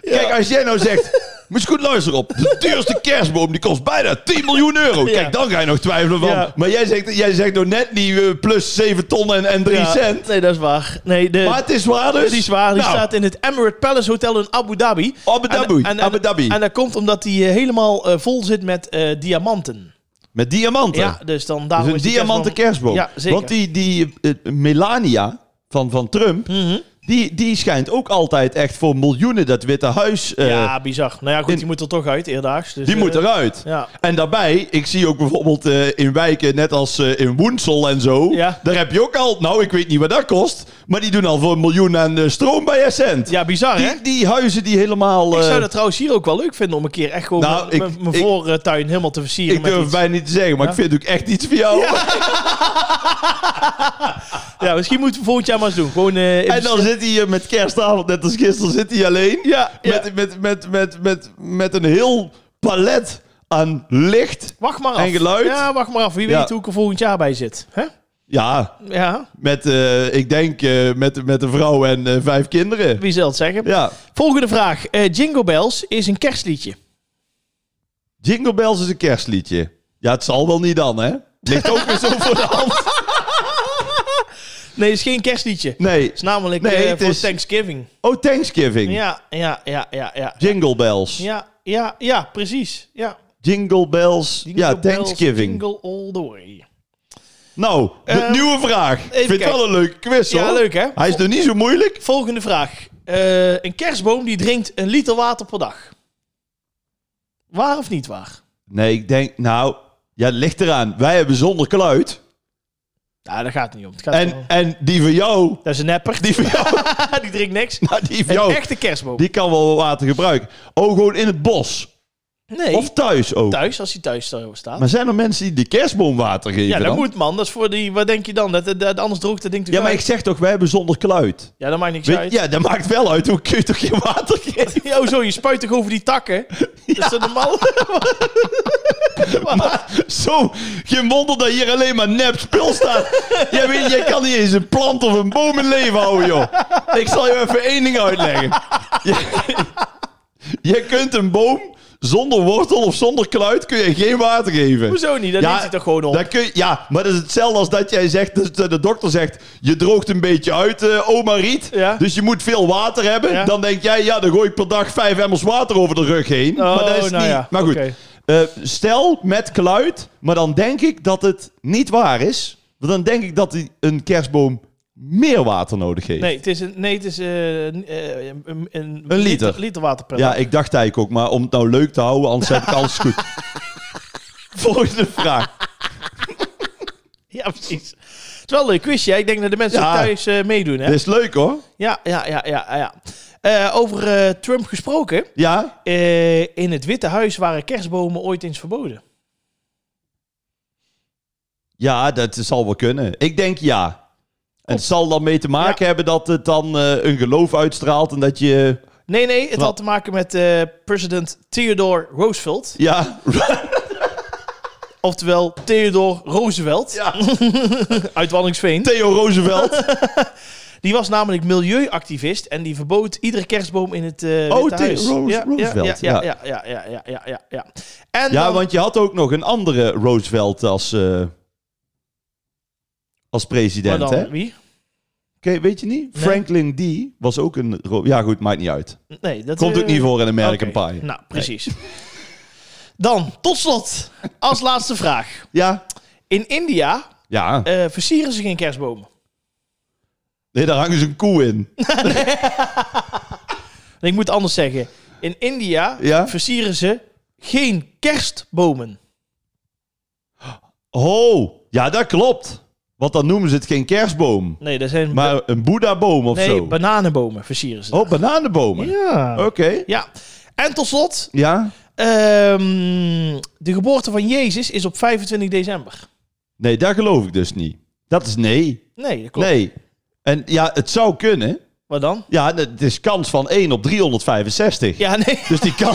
[SPEAKER 2] Kijk, als jij nou zegt... Moet je goed luisteren op. De duurste kerstboom die kost bijna 10 miljoen euro. Kijk,
[SPEAKER 1] Ja.
[SPEAKER 2] dan ga je nog twijfelen van...
[SPEAKER 1] Ja.
[SPEAKER 2] Maar jij zegt, jij zegt nog net niet eh, plus 7 ton en, en 3
[SPEAKER 1] Ja,
[SPEAKER 2] cent.
[SPEAKER 1] Nee, dat is waar. Nee, de,
[SPEAKER 2] Maar het is waar dus.
[SPEAKER 1] die is waar. Die
[SPEAKER 2] Nou,
[SPEAKER 1] staat in het Emirate Palace Hotel in Abu Dhabi.
[SPEAKER 2] Abu Dhabi.
[SPEAKER 1] En, en, en,
[SPEAKER 2] Abu Dhabi.
[SPEAKER 1] en dat komt omdat die eh, helemaal eh, vol zit met eh, diamanten.
[SPEAKER 2] Met diamanten.
[SPEAKER 1] Ja, dus dan
[SPEAKER 2] Dat
[SPEAKER 1] daarom
[SPEAKER 2] is een
[SPEAKER 1] is die
[SPEAKER 2] diamanten kerstboom.
[SPEAKER 1] Ja, zeker.
[SPEAKER 2] Want die, die eh, Melania van, van Trump,
[SPEAKER 1] Mhm.
[SPEAKER 2] die, die schijnt ook altijd echt voor miljoenen dat Witte Huis... eh,
[SPEAKER 1] ja, bizar. Nou ja, goed,
[SPEAKER 2] in-
[SPEAKER 1] die moet er toch uit, eerdaags. Dus,
[SPEAKER 2] Die
[SPEAKER 1] eh,
[SPEAKER 2] moet eruit.
[SPEAKER 1] Ja.
[SPEAKER 2] En daarbij, ik zie ook bijvoorbeeld eh, in wijken, net als eh, in Woensel en zo.
[SPEAKER 1] Ja.
[SPEAKER 2] Daar heb je ook al, nou ik weet niet wat dat kost. Maar die doen al voor een miljoen aan eh, stroom bij Essent.
[SPEAKER 1] ja, bizar hè?
[SPEAKER 2] Die, die huizen die helemaal...
[SPEAKER 1] Ik
[SPEAKER 2] eh,
[SPEAKER 1] zou dat trouwens hier ook wel leuk vinden om een keer echt gewoon
[SPEAKER 2] Nou,
[SPEAKER 1] mijn-
[SPEAKER 2] ik-
[SPEAKER 1] mijn mijn
[SPEAKER 2] ik-
[SPEAKER 1] voortuin helemaal te versieren.
[SPEAKER 2] ik
[SPEAKER 1] met
[SPEAKER 2] durf
[SPEAKER 1] iets.
[SPEAKER 2] het bijna niet te zeggen, maar
[SPEAKER 1] Ja.
[SPEAKER 2] ik vind ook echt iets voor jou.
[SPEAKER 1] Ja, misschien moeten we volgend jaar maar eens doen. Gewoon, eh,
[SPEAKER 2] En dan zit hij hier met kerstavond, net als gisteren, zit hij alleen.
[SPEAKER 1] Ja, ja.
[SPEAKER 2] Met, met, met, met, met, met een heel palet aan licht.
[SPEAKER 1] wacht maar af.
[SPEAKER 2] en geluid.
[SPEAKER 1] Ja, wacht maar af. Wie
[SPEAKER 2] Ja.
[SPEAKER 1] weet hoe ik er volgend jaar bij zit. Hè?
[SPEAKER 2] Ja,
[SPEAKER 1] Ja,
[SPEAKER 2] met, eh, ik denk, eh, met, met een vrouw en eh, vijf kinderen.
[SPEAKER 1] wie zal het zeggen?
[SPEAKER 2] Ja.
[SPEAKER 1] Volgende vraag. Eh Jingle Bells is een kerstliedje.
[SPEAKER 2] Jingle Bells is een kerstliedje. Ja, het zal wel niet dan, hè? Ligt ook weer zo voor de hand.
[SPEAKER 1] Nee, het is geen kerstliedje. Het
[SPEAKER 2] Nee.
[SPEAKER 1] is namelijk
[SPEAKER 2] Nee,
[SPEAKER 1] eh,
[SPEAKER 2] het
[SPEAKER 1] voor
[SPEAKER 2] is-
[SPEAKER 1] Thanksgiving.
[SPEAKER 2] Oh, Thanksgiving.
[SPEAKER 1] Ja, ja, ja, ja, ja.
[SPEAKER 2] Jingle Bells.
[SPEAKER 1] Ja, ja, ja, precies. Ja.
[SPEAKER 2] Jingle Bells.
[SPEAKER 1] Jingle
[SPEAKER 2] ja,
[SPEAKER 1] bells,
[SPEAKER 2] Thanksgiving.
[SPEAKER 1] Jingle all the way.
[SPEAKER 2] Nou, de
[SPEAKER 1] Ehm,
[SPEAKER 2] nieuwe vraag. Ik vind het
[SPEAKER 1] kijken.
[SPEAKER 2] wel een leuke quiz, hoor.
[SPEAKER 1] Ja, leuk hè?
[SPEAKER 2] Hij is nog niet zo moeilijk.
[SPEAKER 1] Volgende vraag. Eh, een kerstboom die drinkt een liter water per dag. Waar of niet waar?
[SPEAKER 2] Nee, ik denk, nou, ja, het ligt eraan. Wij hebben zonder kluit.
[SPEAKER 1] Nou, daar gaat het niet om. Het gaat erom-
[SPEAKER 2] En, en die van jou,
[SPEAKER 1] Dat is een nepper.
[SPEAKER 2] die van jou,
[SPEAKER 1] die drinkt niks.
[SPEAKER 2] nou, die van
[SPEAKER 1] Een
[SPEAKER 2] jou,
[SPEAKER 1] echte kerstboom.
[SPEAKER 2] die kan wel water gebruiken. Oh, gewoon in het bos.
[SPEAKER 1] Nee,
[SPEAKER 2] Of thuis ook.
[SPEAKER 1] thuis, als hij thuis eh, staat.
[SPEAKER 2] Maar zijn er mensen die de kerstboom water geven
[SPEAKER 1] ja, dat
[SPEAKER 2] dan?
[SPEAKER 1] moet man. Dat is voor die... Wat denk je dan? Dat, dat, dat- anders droogt dat ding
[SPEAKER 2] Ja,
[SPEAKER 1] natuurlijk
[SPEAKER 2] maar ik
[SPEAKER 1] uit.
[SPEAKER 2] zeg toch, wij hebben zonder kluit.
[SPEAKER 1] Ja, dat maakt niks
[SPEAKER 2] Weet-
[SPEAKER 1] uit.
[SPEAKER 2] ja, dat maakt wel uit. Hoe kun je toch geen water geven?
[SPEAKER 1] Ja, zo, je spuit toch over die takken? Dat is toch normaal?
[SPEAKER 2] Zo, geen wonder dat hier alleen maar nep spul staat. jij, weet, jij kan niet eens een plant of een boom in leven houden, joh. Ik zal je even één ding uitleggen. Je, je kunt een boom zonder wortel of zonder kluit kun je geen water geven.
[SPEAKER 1] Hoezo niet? Dat
[SPEAKER 2] Ja,
[SPEAKER 1] neemt hij toch gewoon op?
[SPEAKER 2] Dat kun je- ja, maar dat is hetzelfde als dat jij zegt, dat de, de dokter zegt, je droogt een beetje uit, eh, oma Riet.
[SPEAKER 1] Ja.
[SPEAKER 2] Dus je moet veel water hebben.
[SPEAKER 1] Ja.
[SPEAKER 2] Dan denk jij, ja, dan gooi ik per dag vijf emmers water over de rug heen. maar dat is
[SPEAKER 1] nou
[SPEAKER 2] niet.
[SPEAKER 1] ja,
[SPEAKER 2] Maar goed,
[SPEAKER 1] oké.
[SPEAKER 2] eh, stel met geluid, maar dan denk ik dat het niet waar is. Want dan denk ik dat die- een kerstboom meer water nodig heeft.
[SPEAKER 1] Nee, het is een, nee, het is, eh, een, eh, een, een,
[SPEAKER 2] liter.
[SPEAKER 1] liter water per
[SPEAKER 2] Ja, ik dacht eigenlijk ook, maar om het nou leuk te houden, anders heb ik alles goed. Volgende vraag.
[SPEAKER 1] Ja, precies. Het is wel een leuk quizje. hè? Ik denk dat de mensen
[SPEAKER 2] Ja. Dus-
[SPEAKER 1] ook thuis eh, meedoen. Hè?
[SPEAKER 2] Dit is leuk hoor.
[SPEAKER 1] Ja, ja, ja, ja. ja. Eh, over eh, Trump gesproken.
[SPEAKER 2] Ja,
[SPEAKER 1] Eh, in het Witte Huis waren kerstbomen ooit eens verboden.
[SPEAKER 2] ja, dat zal wel kunnen. Ik denk ja. En het zal dan mee te maken hebben dat het dan eh, een geloof uitstraalt en dat je...
[SPEAKER 1] Nee, nee, het
[SPEAKER 2] Wat?
[SPEAKER 1] had te maken met eh, president Theodore Roosevelt.
[SPEAKER 2] Ja,
[SPEAKER 1] Oftewel Theodore Roosevelt
[SPEAKER 2] Ja.
[SPEAKER 1] uit Wanningsveen.
[SPEAKER 2] Theo Roosevelt.
[SPEAKER 1] Die was namelijk milieuactivist en die verbood iedere kerstboom in het eh
[SPEAKER 2] Oh,
[SPEAKER 1] Witte
[SPEAKER 2] Theo
[SPEAKER 1] Huis.
[SPEAKER 2] Roos- Roosevelt,
[SPEAKER 1] Ja, ja, ja, ja, ja, ja, ja, ja. En
[SPEAKER 2] Ja,
[SPEAKER 1] dan-
[SPEAKER 2] want je had ook nog een andere Roosevelt als, eh, als
[SPEAKER 1] maar
[SPEAKER 2] president,
[SPEAKER 1] dan
[SPEAKER 2] hè?
[SPEAKER 1] wie?
[SPEAKER 2] Oké, weet je niet?
[SPEAKER 1] Nee.
[SPEAKER 2] Franklin D. was ook een... Ro- Ja goed, maakt niet uit.
[SPEAKER 1] Nee, dat
[SPEAKER 2] Komt ook
[SPEAKER 1] eh,
[SPEAKER 2] niet voor in American
[SPEAKER 1] oké.
[SPEAKER 2] Pie.
[SPEAKER 1] Nou, precies. Dan, tot slot, als laatste vraag.
[SPEAKER 2] Ja,
[SPEAKER 1] In India
[SPEAKER 2] ja.
[SPEAKER 1] eh, versieren ze geen kerstbomen.
[SPEAKER 2] Nee, daar hangen ze een koe in.
[SPEAKER 1] Nee, ik moet het anders zeggen. In India
[SPEAKER 2] Ja?
[SPEAKER 1] versieren ze geen kerstbomen.
[SPEAKER 2] Oh, ja, dat klopt. Want dan noemen ze het geen kerstboom,
[SPEAKER 1] Nee, dat zijn
[SPEAKER 2] maar een boeddhaboom of
[SPEAKER 1] nee,
[SPEAKER 2] zo.
[SPEAKER 1] bananenbomen versieren ze.
[SPEAKER 2] oh, bananenbomen.
[SPEAKER 1] Ja.
[SPEAKER 2] Oké.
[SPEAKER 1] ja. En tot slot,
[SPEAKER 2] Ja?
[SPEAKER 1] ehm, de geboorte van Jezus is op 25 december.
[SPEAKER 2] Nee, daar geloof ik dus niet. Dat is nee.
[SPEAKER 1] Nee, dat klopt.
[SPEAKER 2] Nee. En ja, het zou kunnen.
[SPEAKER 1] Wat dan?
[SPEAKER 2] Ja, het is kans van 1 op 365.
[SPEAKER 1] Ja, nee.
[SPEAKER 2] Dus die kan,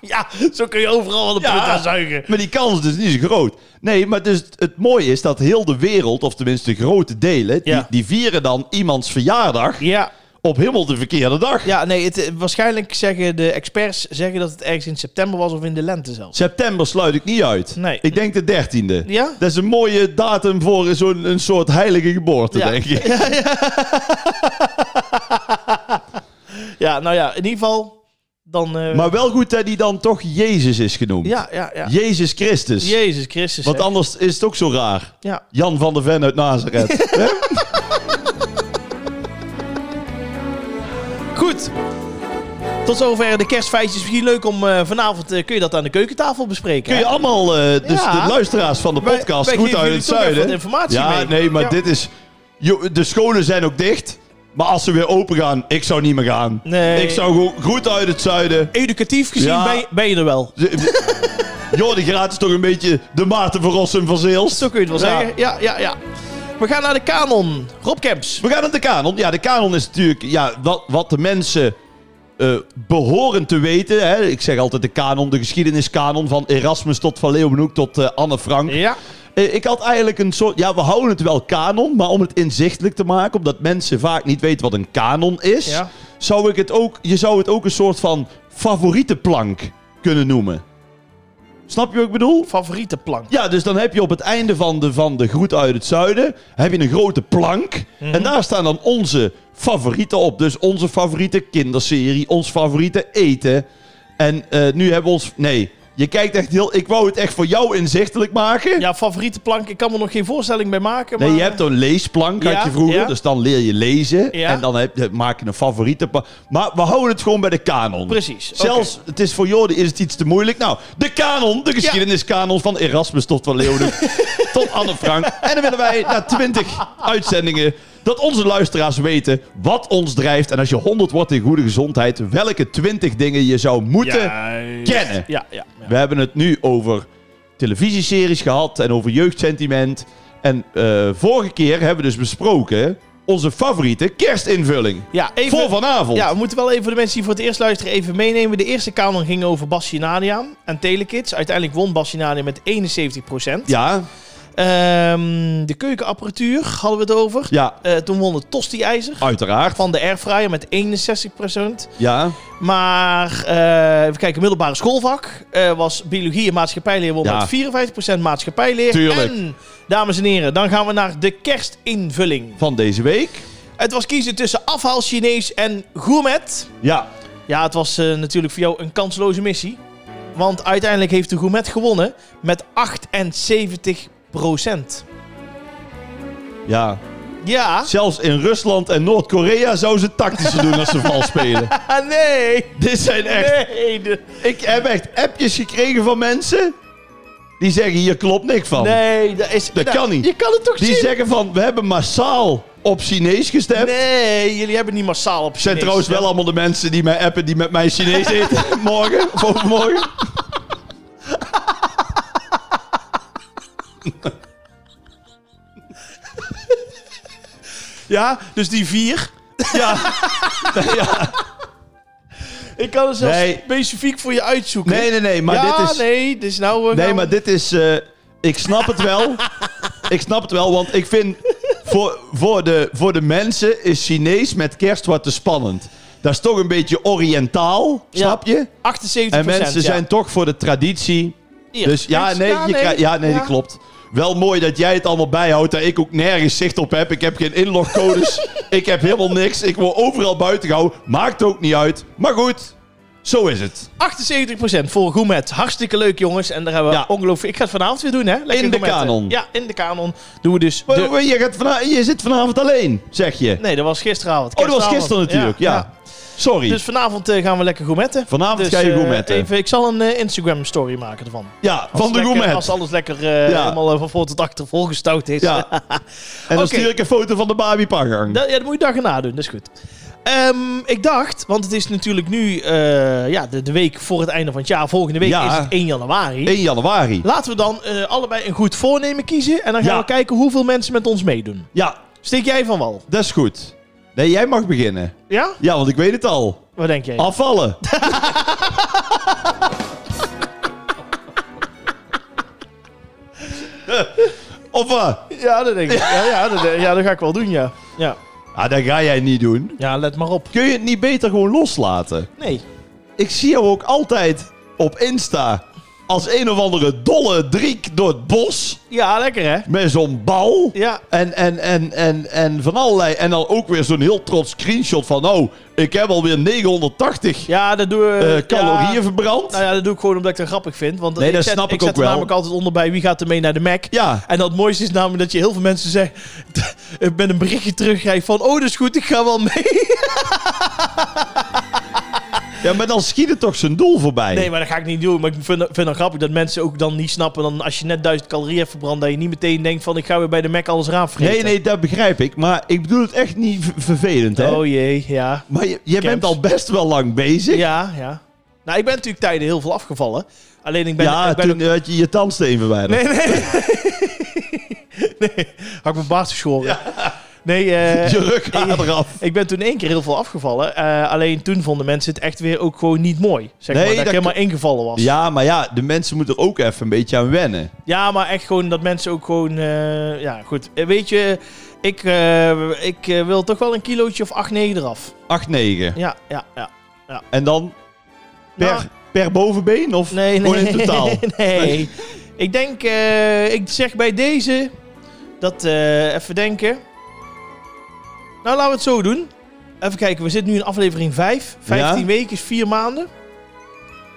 [SPEAKER 1] Ja, zo kun je overal wel de punt
[SPEAKER 2] Ja.
[SPEAKER 1] aan zuigen.
[SPEAKER 2] maar die kans is dus niet zo groot. Nee, maar dus het mooie is dat heel de wereld, of tenminste de grote delen,
[SPEAKER 1] Ja.
[SPEAKER 2] die, die vieren dan iemands verjaardag
[SPEAKER 1] Ja,
[SPEAKER 2] op helemaal de verkeerde dag.
[SPEAKER 1] ja nee, het, eh, waarschijnlijk zeggen de experts zeggen dat het ergens in september was of in de lente zelfs.
[SPEAKER 2] September sluit ik niet uit.
[SPEAKER 1] Nee.
[SPEAKER 2] Ik denk de 13e.
[SPEAKER 1] Ja?
[SPEAKER 2] Dat is een mooie datum voor zo'n een soort heilige geboorte,
[SPEAKER 1] Ja.
[SPEAKER 2] denk ik.
[SPEAKER 1] Ja, nou ja, in ieder geval dan... eh,
[SPEAKER 2] Maar wel goed dat hij dan toch Jezus is genoemd.
[SPEAKER 1] ja, ja, ja.
[SPEAKER 2] Jezus Christus.
[SPEAKER 1] Jezus Christus.
[SPEAKER 2] Want
[SPEAKER 1] hè.
[SPEAKER 2] anders is het ook zo raar.
[SPEAKER 1] Ja.
[SPEAKER 2] Jan van der Ven uit Nazareth. Hè?
[SPEAKER 1] Goed. Tot zover de kerstfeitjes. Misschien leuk om eh, vanavond eh, kun je dat aan de keukentafel bespreken.
[SPEAKER 2] Kun je
[SPEAKER 1] hè?
[SPEAKER 2] allemaal, eh, dus
[SPEAKER 1] Ja.
[SPEAKER 2] de luisteraars van de
[SPEAKER 1] Wij-
[SPEAKER 2] podcast,
[SPEAKER 1] wij
[SPEAKER 2] goed
[SPEAKER 1] geven
[SPEAKER 2] uit
[SPEAKER 1] jullie
[SPEAKER 2] het
[SPEAKER 1] toch even
[SPEAKER 2] zuiden.
[SPEAKER 1] wat informatie
[SPEAKER 2] ja,
[SPEAKER 1] mee.
[SPEAKER 2] nee, maar
[SPEAKER 1] Ja.
[SPEAKER 2] dit is... Jo, de scholen zijn ook dicht. Maar als ze weer open gaan, ik zou niet meer gaan.
[SPEAKER 1] Nee.
[SPEAKER 2] Ik zou gewoon goed uit het zuiden.
[SPEAKER 1] Educatief gezien
[SPEAKER 2] Ja.
[SPEAKER 1] ben, je, ben je er wel.
[SPEAKER 2] Joh, die graad is toch een beetje de Maarten van Rossum van Zeels.
[SPEAKER 1] Zo kun je het wel
[SPEAKER 2] Ja.
[SPEAKER 1] zeggen. Ja, ja, ja. We gaan naar de kanon. Rob Kemps.
[SPEAKER 2] We gaan naar de kanon. Ja, de kanon is natuurlijk ja, wat, wat de mensen eh, behoren te weten. Hè. Ik zeg altijd de kanon, de geschiedeniskanon van Erasmus tot Van Leeuwenhoek tot eh, Anne Frank.
[SPEAKER 1] Ja.
[SPEAKER 2] Eh, ik had eigenlijk een soort... Ja, we houden het wel kanon, maar om het inzichtelijk te maken... omdat mensen vaak niet weten wat een kanon is...
[SPEAKER 1] Ja.
[SPEAKER 2] zou ik het ook... Je zou het ook een soort van favoriete plank kunnen noemen. Snap je wat ik bedoel?
[SPEAKER 1] Favoriete plank.
[SPEAKER 2] Ja, dus dan heb je op het einde van de, van de groet uit het zuiden... heb je een grote plank. En daar staan dan onze favorieten op. Dus onze favoriete kinderserie, ons favoriete eten. En eh, nu hebben we ons... Nee, je kijkt echt heel... Ik wou het echt voor jou inzichtelijk maken.
[SPEAKER 1] Ja, favoriete plank. Ik kan me nog geen voorstelling bij maken.
[SPEAKER 2] Nee,
[SPEAKER 1] maar,
[SPEAKER 2] je hebt een leesplank,
[SPEAKER 1] Ja,
[SPEAKER 2] had je vroeger.
[SPEAKER 1] ja.
[SPEAKER 2] Dus dan leer je lezen.
[SPEAKER 1] Ja.
[SPEAKER 2] En dan heb, je- maak je een favoriete... pa- Maar we houden het gewoon bij de kanon.
[SPEAKER 1] Precies, oké.
[SPEAKER 2] Zelfs, het is voor Jordi is het iets te moeilijk. Nou, de kanon, de geschiedeniskanon van Erasmus tot van Leeuwen. tot Anne Frank. En dan willen wij na twintig uitzendingen... dat onze luisteraars weten wat ons drijft. En als je 100 wordt in goede gezondheid... welke 20 dingen je zou moeten
[SPEAKER 1] Juist.
[SPEAKER 2] kennen.
[SPEAKER 1] Ja, ja, ja.
[SPEAKER 2] We hebben het nu over televisieseries gehad en over jeugdsentiment. En eh, vorige keer hebben we dus besproken onze favoriete kerstinvulling.
[SPEAKER 1] Ja, even,
[SPEAKER 2] Voor vanavond.
[SPEAKER 1] Ja, we moeten wel even de mensen die voor het eerst luisteren even meenemen. De eerste kanon ging over Bassinania en Telekids. Uiteindelijk won Bassinania met 71
[SPEAKER 2] ja,
[SPEAKER 1] Ehm, de keukenapparatuur hadden we het over.
[SPEAKER 2] ja,
[SPEAKER 1] Eh, toen won het tosti-ijzer
[SPEAKER 2] uiteraard.
[SPEAKER 1] van de airfryer met 61%.
[SPEAKER 2] Ja,
[SPEAKER 1] Maar eh even kijken, middelbare schoolvak eh, was biologie en maatschappijleer won
[SPEAKER 2] Ja.
[SPEAKER 1] met 54% maatschappijleer.
[SPEAKER 2] Tuurlijk.
[SPEAKER 1] En, dames en heren, dan gaan we naar de kerstinvulling.
[SPEAKER 2] van deze week.
[SPEAKER 1] Het was kiezen tussen afhaal Chinees en gourmet.
[SPEAKER 2] Ja,
[SPEAKER 1] Ja, het was eh, natuurlijk voor jou een kansloze missie. Want uiteindelijk heeft de gourmet gewonnen met 78%.
[SPEAKER 2] ja.
[SPEAKER 1] Ja.
[SPEAKER 2] Zelfs in Rusland en Noord-Korea zouden ze tactische doen als ze vals spelen.
[SPEAKER 1] Ah, nee.
[SPEAKER 2] Dit zijn echt...
[SPEAKER 1] Nee. de-
[SPEAKER 2] Ik heb echt appjes gekregen van mensen die zeggen hier klopt niks van.
[SPEAKER 1] Nee, dat is... nou,
[SPEAKER 2] Dat kan niet.
[SPEAKER 1] Je kan het toch
[SPEAKER 2] Die
[SPEAKER 1] zien?
[SPEAKER 2] zeggen van we hebben massaal op Chinees gestemd.
[SPEAKER 1] Nee, jullie hebben niet massaal op
[SPEAKER 2] Het zijn
[SPEAKER 1] Chinees.
[SPEAKER 2] trouwens wel allemaal de mensen die mij appen die met mij Chinees eten. morgen of overmorgen.
[SPEAKER 1] Ja, dus die vier.
[SPEAKER 2] Ja. ja.
[SPEAKER 1] Ik kan het zelfs
[SPEAKER 2] Nee.
[SPEAKER 1] specifiek voor je uitzoeken.
[SPEAKER 2] Nee, nee, nee. Maar
[SPEAKER 1] ja,
[SPEAKER 2] dit is...
[SPEAKER 1] nee, dit is nou... eh,
[SPEAKER 2] Nee,
[SPEAKER 1] gaan
[SPEAKER 2] maar
[SPEAKER 1] we-
[SPEAKER 2] dit is... eh, ik snap het wel. ik snap het wel, want ik vind... Voor, voor, de, voor de mensen is Chinees met kerst wat te spannend. Dat is toch een beetje oriëntaal,
[SPEAKER 1] Ja.
[SPEAKER 2] snap je?
[SPEAKER 1] 78
[SPEAKER 2] En mensen
[SPEAKER 1] ja.
[SPEAKER 2] zijn toch voor de traditie.
[SPEAKER 1] Hier.
[SPEAKER 2] Dus ja,
[SPEAKER 1] Mensen-
[SPEAKER 2] nee, je krijgt- ja, nee
[SPEAKER 1] ja.
[SPEAKER 2] dat klopt. Wel mooi dat jij het allemaal bijhoudt en ik ook nergens zicht op heb. Ik heb geen inlogcodes. ik heb helemaal niks. Ik word overal buiten gehouden. Maakt ook niet uit. Maar goed, zo is het.
[SPEAKER 1] 78% voor Gourmet. Hartstikke leuk, jongens. En daar hebben we
[SPEAKER 2] Ja.
[SPEAKER 1] ongelooflijk... Ik ga het vanavond weer doen, hè? Lekker
[SPEAKER 2] In de
[SPEAKER 1] gourmetten.
[SPEAKER 2] kanon.
[SPEAKER 1] Ja, in de kanon doen we dus
[SPEAKER 2] Maar
[SPEAKER 1] de...
[SPEAKER 2] Je, gaat vana- je zit vanavond alleen, zeg je.
[SPEAKER 1] Nee, dat was gisteravond.
[SPEAKER 2] oh, dat was
[SPEAKER 1] Kerstavond.
[SPEAKER 2] gisteren natuurlijk. Ja. Sorry.
[SPEAKER 1] Dus vanavond eh, gaan we lekker gourmetten.
[SPEAKER 2] Vanavond
[SPEAKER 1] Dus,
[SPEAKER 2] ga je
[SPEAKER 1] eh,
[SPEAKER 2] gourmetten.
[SPEAKER 1] even, ik zal een eh, Instagram story maken ervan.
[SPEAKER 2] ja,
[SPEAKER 1] Als
[SPEAKER 2] van de
[SPEAKER 1] lekker- Als
[SPEAKER 2] gourmet.
[SPEAKER 1] alles lekker eh,
[SPEAKER 2] Ja.
[SPEAKER 1] helemaal eh, van voor tot achter volgestouwd is.
[SPEAKER 2] Ja. En dan
[SPEAKER 1] Oké.
[SPEAKER 2] stuur ik een foto van de Barbie-pagang.
[SPEAKER 1] Dat, ja, dat moet je dag erna doen, dat is goed. Ehm, ik dacht, want het is natuurlijk nu eh, ja, de, de week voor het einde van het jaar. Volgende week
[SPEAKER 2] Ja.
[SPEAKER 1] is het 1 januari.
[SPEAKER 2] 1 januari.
[SPEAKER 1] Laten we dan eh, allebei een goed voornemen kiezen. En dan gaan
[SPEAKER 2] Ja.
[SPEAKER 1] we kijken hoeveel mensen met ons meedoen.
[SPEAKER 2] Ja,
[SPEAKER 1] Steek jij van wal?
[SPEAKER 2] dat is goed. Nee, jij mag beginnen.
[SPEAKER 1] Ja?
[SPEAKER 2] Ja, want ik weet het al.
[SPEAKER 1] Wat denk jij?
[SPEAKER 2] Afvallen. of eh, wat?
[SPEAKER 1] Ja, dat denk ik. Ja, ja, dat, eh, ja, dat ga ik wel doen, ja. ja.
[SPEAKER 2] Ah, dat ga jij niet doen.
[SPEAKER 1] Ja, let maar op.
[SPEAKER 2] Kun je het niet beter gewoon loslaten?
[SPEAKER 1] Nee.
[SPEAKER 2] Ik zie jou ook altijd op Insta als een of andere dolle driek door het bos
[SPEAKER 1] Ja, lekker hè?
[SPEAKER 2] met zo'n bal.
[SPEAKER 1] Ja.
[SPEAKER 2] En, en, en, en, en van allerlei. En dan ook weer zo'n heel trots screenshot van: oh, ik heb alweer 980
[SPEAKER 1] Ja, dat doe
[SPEAKER 2] eh,
[SPEAKER 1] we.
[SPEAKER 2] calorieën verbrand.
[SPEAKER 1] Nou ja, dat doe ik gewoon omdat ik dat grappig vind. Want
[SPEAKER 2] Nee, dat
[SPEAKER 1] zet,
[SPEAKER 2] snap ik
[SPEAKER 1] zet
[SPEAKER 2] ook
[SPEAKER 1] er
[SPEAKER 2] wel.
[SPEAKER 1] namelijk altijd onder bij wie gaat er mee naar de Mac.
[SPEAKER 2] ja.
[SPEAKER 1] En dat mooiste is namelijk dat je heel veel mensen zeggen... ik ben een berichtje terugkrijgt van... Oh, dat is goed, ik ga wel mee.
[SPEAKER 2] Ja, maar dan schiet het toch zijn doel voorbij.
[SPEAKER 1] Nee, maar dat ga ik niet doen. Maar ik vind, vind het grappig dat mensen ook dan niet snappen... Dan, als je net duizend calorieën hebt verbrand... dat je niet meteen denkt van... ik ga weer bij de Mac alles eraan vreten.
[SPEAKER 2] nee, nee, dat begrijp ik. Maar ik bedoel het echt niet v- vervelend, hè?
[SPEAKER 1] Oh jee, ja.
[SPEAKER 2] Maar je, je bent
[SPEAKER 1] Camps.
[SPEAKER 2] al best wel lang bezig. Ja,
[SPEAKER 1] Ja, ja. Nou, ik ben natuurlijk tijden heel veel afgevallen. Alleen ik ben... ik ben
[SPEAKER 2] toen had je je tandsteen verwijderd.
[SPEAKER 1] Nee, nee. nee, had ik mijn baard geschoren. Nee, eh,
[SPEAKER 2] je rug gaat eraf.
[SPEAKER 1] ik ben toen één keer heel veel afgevallen. Eh, alleen toen vonden mensen het echt weer ook gewoon niet mooi. Zeg
[SPEAKER 2] Nee,
[SPEAKER 1] maar, dat,
[SPEAKER 2] dat
[SPEAKER 1] ik helemaal ingevallen was. Ja.
[SPEAKER 2] Ja, maar ja, de mensen moeten er ook even een beetje aan wennen.
[SPEAKER 1] maar echt gewoon dat mensen ook gewoon... eh, ja, goed. Eh, weet je, ik, eh, ik eh, wil toch wel een kilootje of 8, 9 eraf.
[SPEAKER 2] 8, 9.
[SPEAKER 1] Ja, ja, ja.
[SPEAKER 2] En dan per,
[SPEAKER 1] Nou,
[SPEAKER 2] per bovenbeen of
[SPEAKER 1] nee, nee.
[SPEAKER 2] gewoon in totaal?
[SPEAKER 1] nee. Ik denk, eh, ik zeg bij deze dat, eh, even denken. Nou, laten we het zo doen. Even kijken, we zitten nu in aflevering 5. 15
[SPEAKER 2] Ja.
[SPEAKER 1] weken is 4 maanden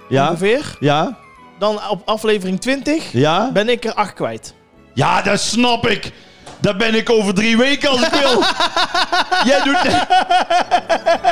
[SPEAKER 2] Ja,
[SPEAKER 1] ongeveer.
[SPEAKER 2] ja,
[SPEAKER 1] Dan op aflevering 20
[SPEAKER 2] ja.
[SPEAKER 1] ben ik er 8 kwijt.
[SPEAKER 2] Ja, dat snap ik. Daar ben ik over drie weken als ik wil. Jij doet... Ja.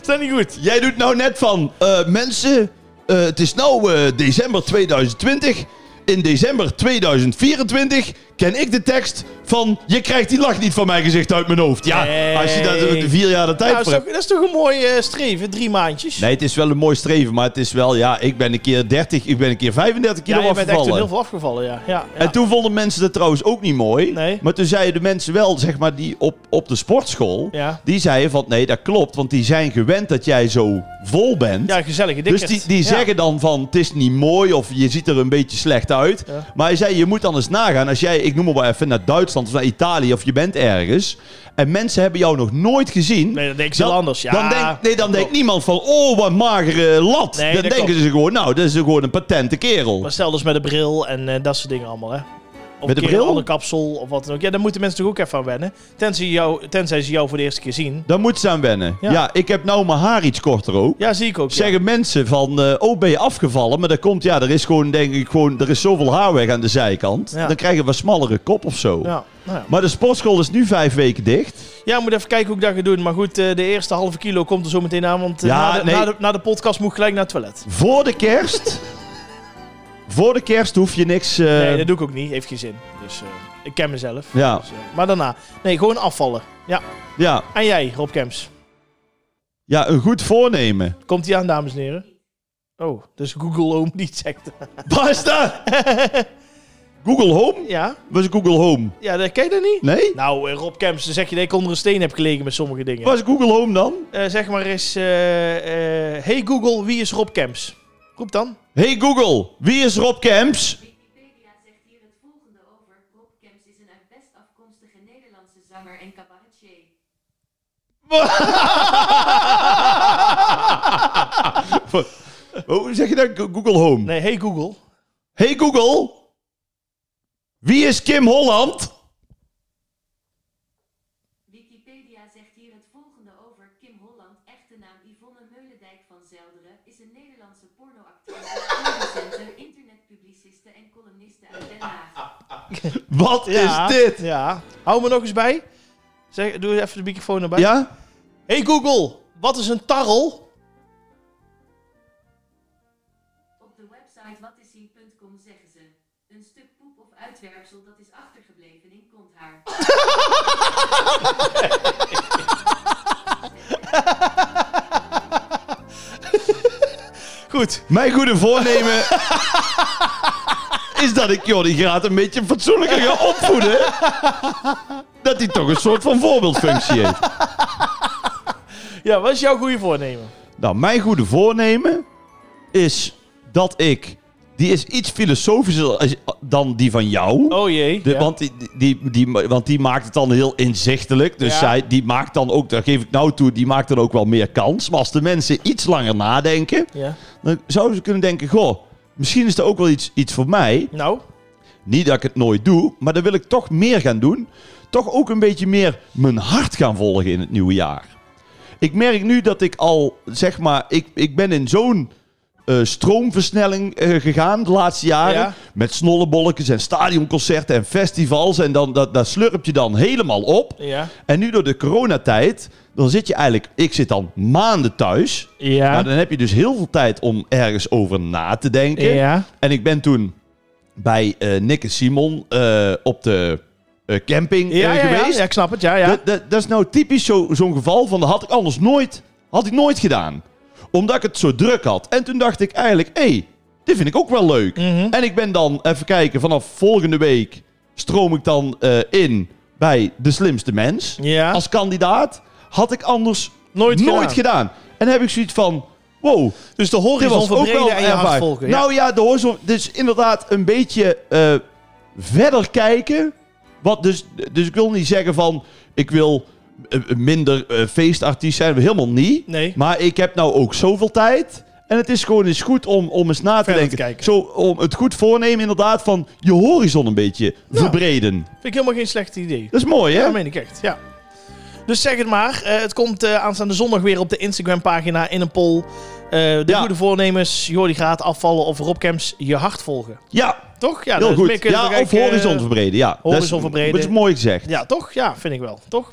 [SPEAKER 1] Is dat niet goed?
[SPEAKER 2] Jij doet nou net van, eh, mensen, eh, het is nou eh, december 2020. In december 2024 ken ik de tekst van, je krijgt die lach niet van mijn gezicht uit mijn hoofd. Ja,
[SPEAKER 1] Nee.
[SPEAKER 2] als je daar de vier jaar de tijd
[SPEAKER 1] Nou, dat,
[SPEAKER 2] voor
[SPEAKER 1] is toch,
[SPEAKER 2] hebt.
[SPEAKER 1] dat is toch een mooi eh, streven, drie maandjes.
[SPEAKER 2] Nee, het is wel een mooi streven, maar het is wel, ja, ik ben een keer 30, ik ben een keer 35 kilo
[SPEAKER 1] ja, je bent echt
[SPEAKER 2] afgevallen.
[SPEAKER 1] heel veel afgevallen, ja. ja, ja.
[SPEAKER 2] En toen vonden mensen dat trouwens ook niet mooi.
[SPEAKER 1] Nee.
[SPEAKER 2] Maar toen zeiden de mensen wel, zeg maar, die op, op de sportschool,
[SPEAKER 1] Ja.
[SPEAKER 2] die zeiden van, nee, dat klopt, want die zijn gewend dat jij zo vol bent.
[SPEAKER 1] ja, gezellige
[SPEAKER 2] Dus
[SPEAKER 1] dikkerd.
[SPEAKER 2] die, die
[SPEAKER 1] Ja.
[SPEAKER 2] zeggen dan van, het is niet mooi of je ziet er een beetje slecht uit.
[SPEAKER 1] Ja.
[SPEAKER 2] Maar hij zei, je moet dan eens nagaan. Als jij, ik noem maar wel even, naar Duitsland of naar Italië of je bent ergens. En mensen hebben jou nog nooit gezien.
[SPEAKER 1] Nee, dat denk ik heel anders, ja.
[SPEAKER 2] Dan denkt, nee, dan
[SPEAKER 1] Klopt.
[SPEAKER 2] denkt niemand van, oh, wat magere lat.
[SPEAKER 1] Nee,
[SPEAKER 2] dan
[SPEAKER 1] dat
[SPEAKER 2] denken
[SPEAKER 1] klopt.
[SPEAKER 2] ze gewoon, nou, dat is gewoon een patente kerel.
[SPEAKER 1] Maar stel dus met een bril en eh, dat soort dingen allemaal, hè. Of
[SPEAKER 2] Met de
[SPEAKER 1] een keer een
[SPEAKER 2] bril?
[SPEAKER 1] ander kapsel of wat dan ook. Ja, daar moeten mensen toch ook even aan wennen. Tenzij, jou, tenzij ze jou voor de eerste keer zien.
[SPEAKER 2] Daar moet ze aan wennen.
[SPEAKER 1] Ja.
[SPEAKER 2] Ja. ik heb nou mijn haar iets korter ook.
[SPEAKER 1] Ja, zie ik ook. ja.
[SPEAKER 2] Zeggen mensen van, eh, oh ben je afgevallen? Maar dat komt, ja, er is gewoon denk ik gewoon, er is zoveel haar weg aan de zijkant.
[SPEAKER 1] Ja.
[SPEAKER 2] Dan krijgen we een smallere kop of zo.
[SPEAKER 1] Ja, nou ja.
[SPEAKER 2] Maar de sportschool is nu vijf weken dicht.
[SPEAKER 1] ja, moet even kijken hoe ik dat ga doen. Maar goed, eh, de eerste halve kilo komt er zo meteen aan. Want eh,
[SPEAKER 2] Ja,
[SPEAKER 1] na, de,
[SPEAKER 2] nee.
[SPEAKER 1] na, de, na de podcast moet ik gelijk naar het toilet.
[SPEAKER 2] Voor de kerst. voor de kerst hoef je niks. eh,
[SPEAKER 1] nee, dat doe ik ook niet. Heeft geen zin. Dus eh, ik ken mezelf.
[SPEAKER 2] Ja.
[SPEAKER 1] Dus, eh, maar daarna. Nee, gewoon afvallen. Ja.
[SPEAKER 2] ja.
[SPEAKER 1] En jij, Rob Kemps.
[SPEAKER 2] ja, een goed voornemen.
[SPEAKER 1] Komt die aan, dames en heren? Oh, dus Google Home die checkt.
[SPEAKER 2] Basta! Google Home?
[SPEAKER 1] ja?
[SPEAKER 2] Was Google Home?
[SPEAKER 1] Ja, dat ken je dat niet?
[SPEAKER 2] Nee?
[SPEAKER 1] Nou, eh, Rob Kemps, dan zeg je dat ik onder een steen heb gelegen met sommige dingen.
[SPEAKER 2] Was Google Home dan?
[SPEAKER 1] Eh, zeg maar eens, eh, eh, hey Google, wie is Rob Kemps? Roep dan.
[SPEAKER 2] Hey Google, wie is Rob Kemps?
[SPEAKER 3] Wikipedia zegt hier het volgende over. Rob Kemps is een uit West afkomstige Nederlandse zanger en cabaretier.
[SPEAKER 2] Oh, Hoe zeg je dat? Go- Google Home.
[SPEAKER 1] Nee, hey Google.
[SPEAKER 2] Hey Google, wie is Kim Holland?
[SPEAKER 3] Wikipedia zegt hier het volgende over. Kim Holland, echte naam Yvonne Meulendijk van Zelderen, is een Nederlandse pornoactrice, producenten, internetpubliciste en columniste uit Den Haag.
[SPEAKER 2] Wat
[SPEAKER 1] Ja,
[SPEAKER 2] is dit?
[SPEAKER 1] Ja. Hou me nog eens bij. Zeg, doe even de microfoon erbij.
[SPEAKER 2] Ja?
[SPEAKER 1] Hey Google, wat is een tarrel?
[SPEAKER 3] Op de website watisien.com zeggen ze. Een stuk poep of uitwerpsel dat is achtergebleven in konthaar.
[SPEAKER 1] Goed.
[SPEAKER 2] Mijn goede voornemen is dat ik Jordi Graat een beetje fatsoenlijker ga opvoeden. Dat hij toch een soort van voorbeeldfunctie heeft.
[SPEAKER 1] Ja, wat is jouw goede voornemen?
[SPEAKER 2] Nou, mijn goede voornemen is dat ik... Die is iets filosofischer als- dan die van jou.
[SPEAKER 1] Oh jee.
[SPEAKER 2] De-
[SPEAKER 1] ja.
[SPEAKER 2] want, die, die, die, want die maakt het dan heel inzichtelijk. Dus
[SPEAKER 1] Ja.
[SPEAKER 2] zij, die maakt dan ook, daar geef ik nou toe, die maakt dan ook wel meer kans. Maar als de mensen iets langer nadenken,
[SPEAKER 1] Ja.
[SPEAKER 2] dan zouden ze kunnen denken: Goh, misschien is er ook wel iets, iets voor mij.
[SPEAKER 1] Nou,
[SPEAKER 2] Niet dat ik het nooit doe, maar dan wil ik toch meer gaan doen. Toch ook een beetje meer mijn hart gaan volgen in het nieuwe jaar. Ik merk nu dat ik al, zeg maar, ik, ik ben in zo'n eh, stroomversnelling eh, gegaan de laatste jaren.
[SPEAKER 1] Ja.
[SPEAKER 2] Met snollebolletjes en stadionconcerten en festivals. En dan, dat, dat slurp je dan helemaal op.
[SPEAKER 1] ja.
[SPEAKER 2] En nu door de coronatijd, dan zit je eigenlijk, ik zit dan maanden thuis.
[SPEAKER 1] Ja.
[SPEAKER 2] Nou, dan heb je dus heel veel tijd om ergens over na te denken.
[SPEAKER 1] ja.
[SPEAKER 2] En ik ben toen bij eh Nick en Simon eh, op de eh, camping eh,
[SPEAKER 1] Ja, ja, ja,
[SPEAKER 2] geweest.
[SPEAKER 1] ja, ik snap het. Ja, ja.
[SPEAKER 2] Dat, dat, dat is nou typisch zo- zo'n geval van dat had ik anders nooit, had ik nooit gedaan. Omdat ik het zo druk had. En toen dacht ik eigenlijk, hé, hey, dit vind ik ook wel leuk.
[SPEAKER 1] Mhm.
[SPEAKER 2] En ik ben dan, even kijken, vanaf volgende week stroom ik dan eh, in bij De Slimste Mens.
[SPEAKER 1] Ja.
[SPEAKER 2] Als kandidaat had ik anders
[SPEAKER 1] Nooit
[SPEAKER 2] nooit,
[SPEAKER 1] gedaan.
[SPEAKER 2] gedaan. En heb ik zoiets van, wow,
[SPEAKER 1] Dus de
[SPEAKER 2] dit
[SPEAKER 1] horizon
[SPEAKER 2] was ook wel
[SPEAKER 1] verbreden en je hart
[SPEAKER 2] ervaring.
[SPEAKER 1] volgen. ja.
[SPEAKER 2] Nou ja, de horizon. Dus inderdaad een beetje eh, verder kijken. Wat dus, dus ik wil niet zeggen van... Ik wil eh, minder eh, feestartiest zijn. Helemaal niet.
[SPEAKER 1] Nee.
[SPEAKER 2] Maar ik heb nou ook zoveel tijd. En het is gewoon eens goed om, om eens na te
[SPEAKER 1] Verder te
[SPEAKER 2] denken.
[SPEAKER 1] kijken.
[SPEAKER 2] Zo, om het goed voornemen inderdaad van je horizon een beetje verbreden.
[SPEAKER 1] Vind ik helemaal geen slecht idee.
[SPEAKER 2] Dat is mooi, hè?
[SPEAKER 1] Ja, meen ik echt. Ja. Dus zeg het maar. eh, het komt eh, aanstaande zondag weer op de Instagram-pagina in een poll. Eh, de
[SPEAKER 2] Ja.
[SPEAKER 1] goede voornemens, Jordi gaat afvallen of Rob Kemps je hart volgen.
[SPEAKER 2] Ja,
[SPEAKER 1] Toch? Ja, dat
[SPEAKER 2] heel
[SPEAKER 1] is meer
[SPEAKER 2] goed.
[SPEAKER 1] kunnen
[SPEAKER 2] Ja, of
[SPEAKER 1] bereiken, eh,
[SPEAKER 2] horizon verbreden. Ja. Dat is-
[SPEAKER 1] horizon verbreden.
[SPEAKER 2] Dat is mooi gezegd.
[SPEAKER 1] Ja, toch? Ja, vind ik wel. Toch?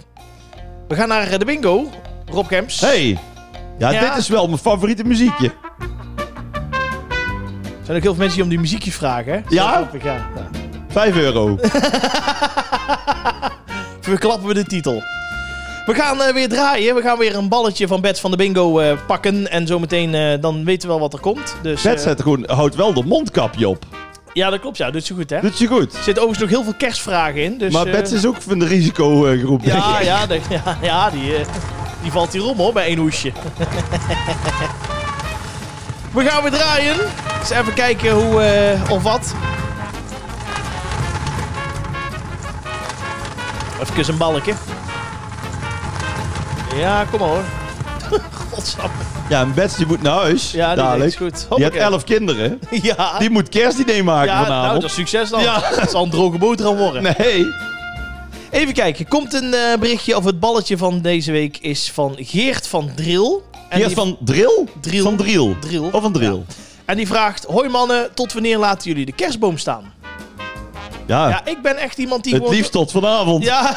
[SPEAKER 1] We gaan naar eh, de bingo. Rob Kemps.
[SPEAKER 2] Hey. Ja,
[SPEAKER 1] Ja.
[SPEAKER 2] dit is wel mijn favoriete muziekje.
[SPEAKER 1] Er zijn ook heel veel mensen die om die muziekje vragen. Hè?
[SPEAKER 2] Ja?
[SPEAKER 1] Zo grappig, ja. ja.
[SPEAKER 2] 5 euro.
[SPEAKER 1] Verklappen we de titel. We gaan eh, weer draaien. We gaan weer een balletje van Bets van de Bingo eh, pakken. En zometeen eh, dan weten we wel wat er komt. Dus, eh,
[SPEAKER 2] Zet zet gewoon, houdt wel de mondkapje op.
[SPEAKER 1] ja, dat klopt. Ja, doet ze goed, hè?
[SPEAKER 2] Doet je goed.
[SPEAKER 1] Er zitten overigens nog heel veel kerstvragen in. Dus,
[SPEAKER 2] maar
[SPEAKER 1] eh,
[SPEAKER 2] Bets is ook van de risicogroep. denk
[SPEAKER 1] Ja,
[SPEAKER 2] ik.
[SPEAKER 1] ja, de- ja, ja die, eh, die valt hier om hoor, bij één hoesje. We gaan weer draaien. Dus even kijken hoe eh, of wat. Even een balkje. Ja, kom maar hoor. Godsam.
[SPEAKER 2] Ja, en Bets die moet naar huis.
[SPEAKER 1] Ja, die
[SPEAKER 2] dadelijk.
[SPEAKER 1] is goed.
[SPEAKER 2] Die heeft
[SPEAKER 1] Hoppakee.
[SPEAKER 2] elf kinderen.
[SPEAKER 1] Ja,
[SPEAKER 2] Die moet kerstdiner maken
[SPEAKER 1] ja nou,
[SPEAKER 2] vanavond.
[SPEAKER 1] dat is succes dan.
[SPEAKER 2] Ja.
[SPEAKER 1] Dat zal een droge boterham worden.
[SPEAKER 2] Nee.
[SPEAKER 1] Even kijken, komt een eh, berichtje of het balletje van deze week is van Geert van Dril. En die-
[SPEAKER 2] Eerst van Drill?
[SPEAKER 1] Driel.
[SPEAKER 2] Van Driel.
[SPEAKER 1] Driel.
[SPEAKER 2] Of van Drill.
[SPEAKER 1] En die vraagt, hoi mannen, tot wanneer laten jullie de kerstboom staan?
[SPEAKER 2] Ja.
[SPEAKER 1] Ja, ik ben echt iemand die...
[SPEAKER 2] Het
[SPEAKER 1] gewoon-
[SPEAKER 2] liefst tot vanavond.
[SPEAKER 1] Ja.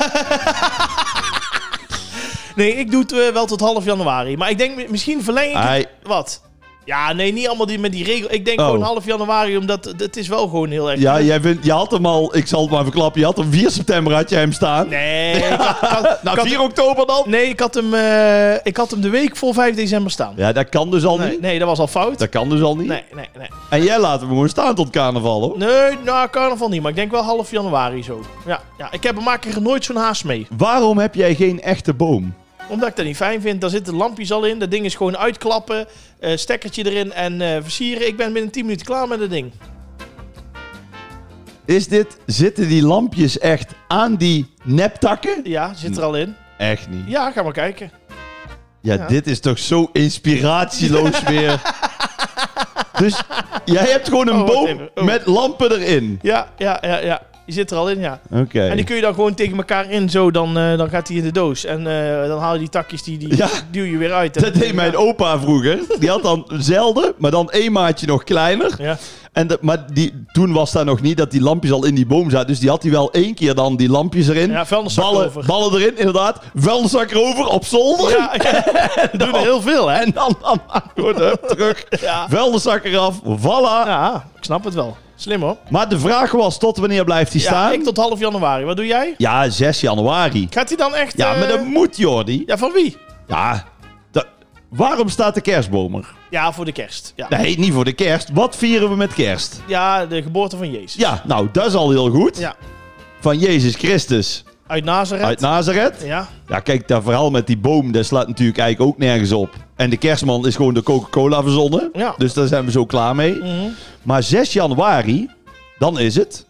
[SPEAKER 1] nee, ik doe het eh, wel tot half januari. Maar ik denk, mi- misschien verleng ik het-
[SPEAKER 2] Ai.
[SPEAKER 1] Wat? Ja, nee, niet allemaal die, met die regel. Ik denk
[SPEAKER 2] Oh.
[SPEAKER 1] gewoon half januari, omdat het- het is wel gewoon heel erg...
[SPEAKER 2] Ja, jij vindt- je had hem al, ik zal het maar verklappen, je had hem 4 september had je hem staan.
[SPEAKER 1] Nee, ik had, ik had- ik
[SPEAKER 2] nou,
[SPEAKER 1] had-
[SPEAKER 2] 4 oktober dan?
[SPEAKER 1] nee ik, had hem, eh, ik had hem de week voor 5 december staan.
[SPEAKER 2] Ja, dat kan dus al
[SPEAKER 1] Nee,
[SPEAKER 2] niet.
[SPEAKER 1] nee, dat was al fout.
[SPEAKER 2] Dat kan dus al niet.
[SPEAKER 1] Nee, nee, nee.
[SPEAKER 2] En jij laat hem gewoon staan tot carnaval, hoor.
[SPEAKER 1] Nee, nou, carnaval niet, maar ik denk wel half januari zo. Ja, ja ik heb er maak er nooit zo'n haast mee.
[SPEAKER 2] Waarom heb jij geen echte boom?
[SPEAKER 1] Omdat ik dat niet fijn vind. Daar zitten lampjes al in. Dat ding is gewoon uitklappen, eh, stekkertje erin en eh, versieren. Ik ben binnen 10 minuten klaar met dat ding.
[SPEAKER 2] Is dit, zitten die lampjes echt aan die neptakken?
[SPEAKER 1] Ja, zit er al in.
[SPEAKER 2] Echt niet.
[SPEAKER 1] Ja, ga maar kijken.
[SPEAKER 2] Ja,
[SPEAKER 1] Ja.
[SPEAKER 2] dit is toch zo inspiratieloos weer. Dus jij hebt gewoon een
[SPEAKER 1] Oh, wacht
[SPEAKER 2] boom
[SPEAKER 1] even. Oh.
[SPEAKER 2] met lampen erin.
[SPEAKER 1] Ja, ja, ja, ja. Die zit er al in, ja.
[SPEAKER 2] Oké.
[SPEAKER 1] En die kun je dan gewoon tegen elkaar in, zo, dan, eh, dan gaat hij in de doos. En eh, dan haal je die takjes, die, die
[SPEAKER 2] Ja.
[SPEAKER 1] duw je weer uit. En
[SPEAKER 2] Dat deed mijn opa vroeger. Die had dan zelden, maar dan een maatje nog kleiner.
[SPEAKER 1] Ja.
[SPEAKER 2] En dat, maar die, toen was daar nog niet dat die lampjes al in die boom zaten. Dus die had hij wel één keer dan die lampjes erin.
[SPEAKER 1] Ja, vuilniszak
[SPEAKER 2] ballen,
[SPEAKER 1] over.
[SPEAKER 2] ballen erin, inderdaad. Vuilniszak erover, op zolder.
[SPEAKER 1] Ja, ja. doen er heel veel, hè?
[SPEAKER 2] En dan, dan gewoon hup, terug.
[SPEAKER 1] Ja.
[SPEAKER 2] Vuilniszak eraf, voilà.
[SPEAKER 1] Ja, ik snap het wel. Slim hoor.
[SPEAKER 2] Maar de vraag was, tot wanneer blijft hij
[SPEAKER 1] Ja,
[SPEAKER 2] staan?
[SPEAKER 1] ik tot half januari. Wat doe jij?
[SPEAKER 2] Ja, 6 januari.
[SPEAKER 1] Gaat hij dan echt...
[SPEAKER 2] Ja,
[SPEAKER 1] eh,
[SPEAKER 2] maar dat moet, Jordi.
[SPEAKER 1] Ja, van wie?
[SPEAKER 2] Ja, dat- waarom staat de kerstboom er?
[SPEAKER 1] Ja, voor de kerst. Ja.
[SPEAKER 2] Nee, niet voor de kerst. Wat vieren we met kerst?
[SPEAKER 1] ja, de geboorte van Jezus.
[SPEAKER 2] Ja, nou, dat is al heel goed.
[SPEAKER 1] Ja.
[SPEAKER 2] Van Jezus Christus
[SPEAKER 1] Uit Nazareth.
[SPEAKER 2] uit Nazareth.
[SPEAKER 1] ja.
[SPEAKER 2] Ja, kijk, dat verhaal met die boom, dat slaat natuurlijk eigenlijk ook nergens op. En de kerstman is gewoon de Coca-Cola verzonnen.
[SPEAKER 1] Ja.
[SPEAKER 2] Dus daar zijn we zo klaar mee.
[SPEAKER 1] Mhm.
[SPEAKER 2] Maar 6 januari, dan is het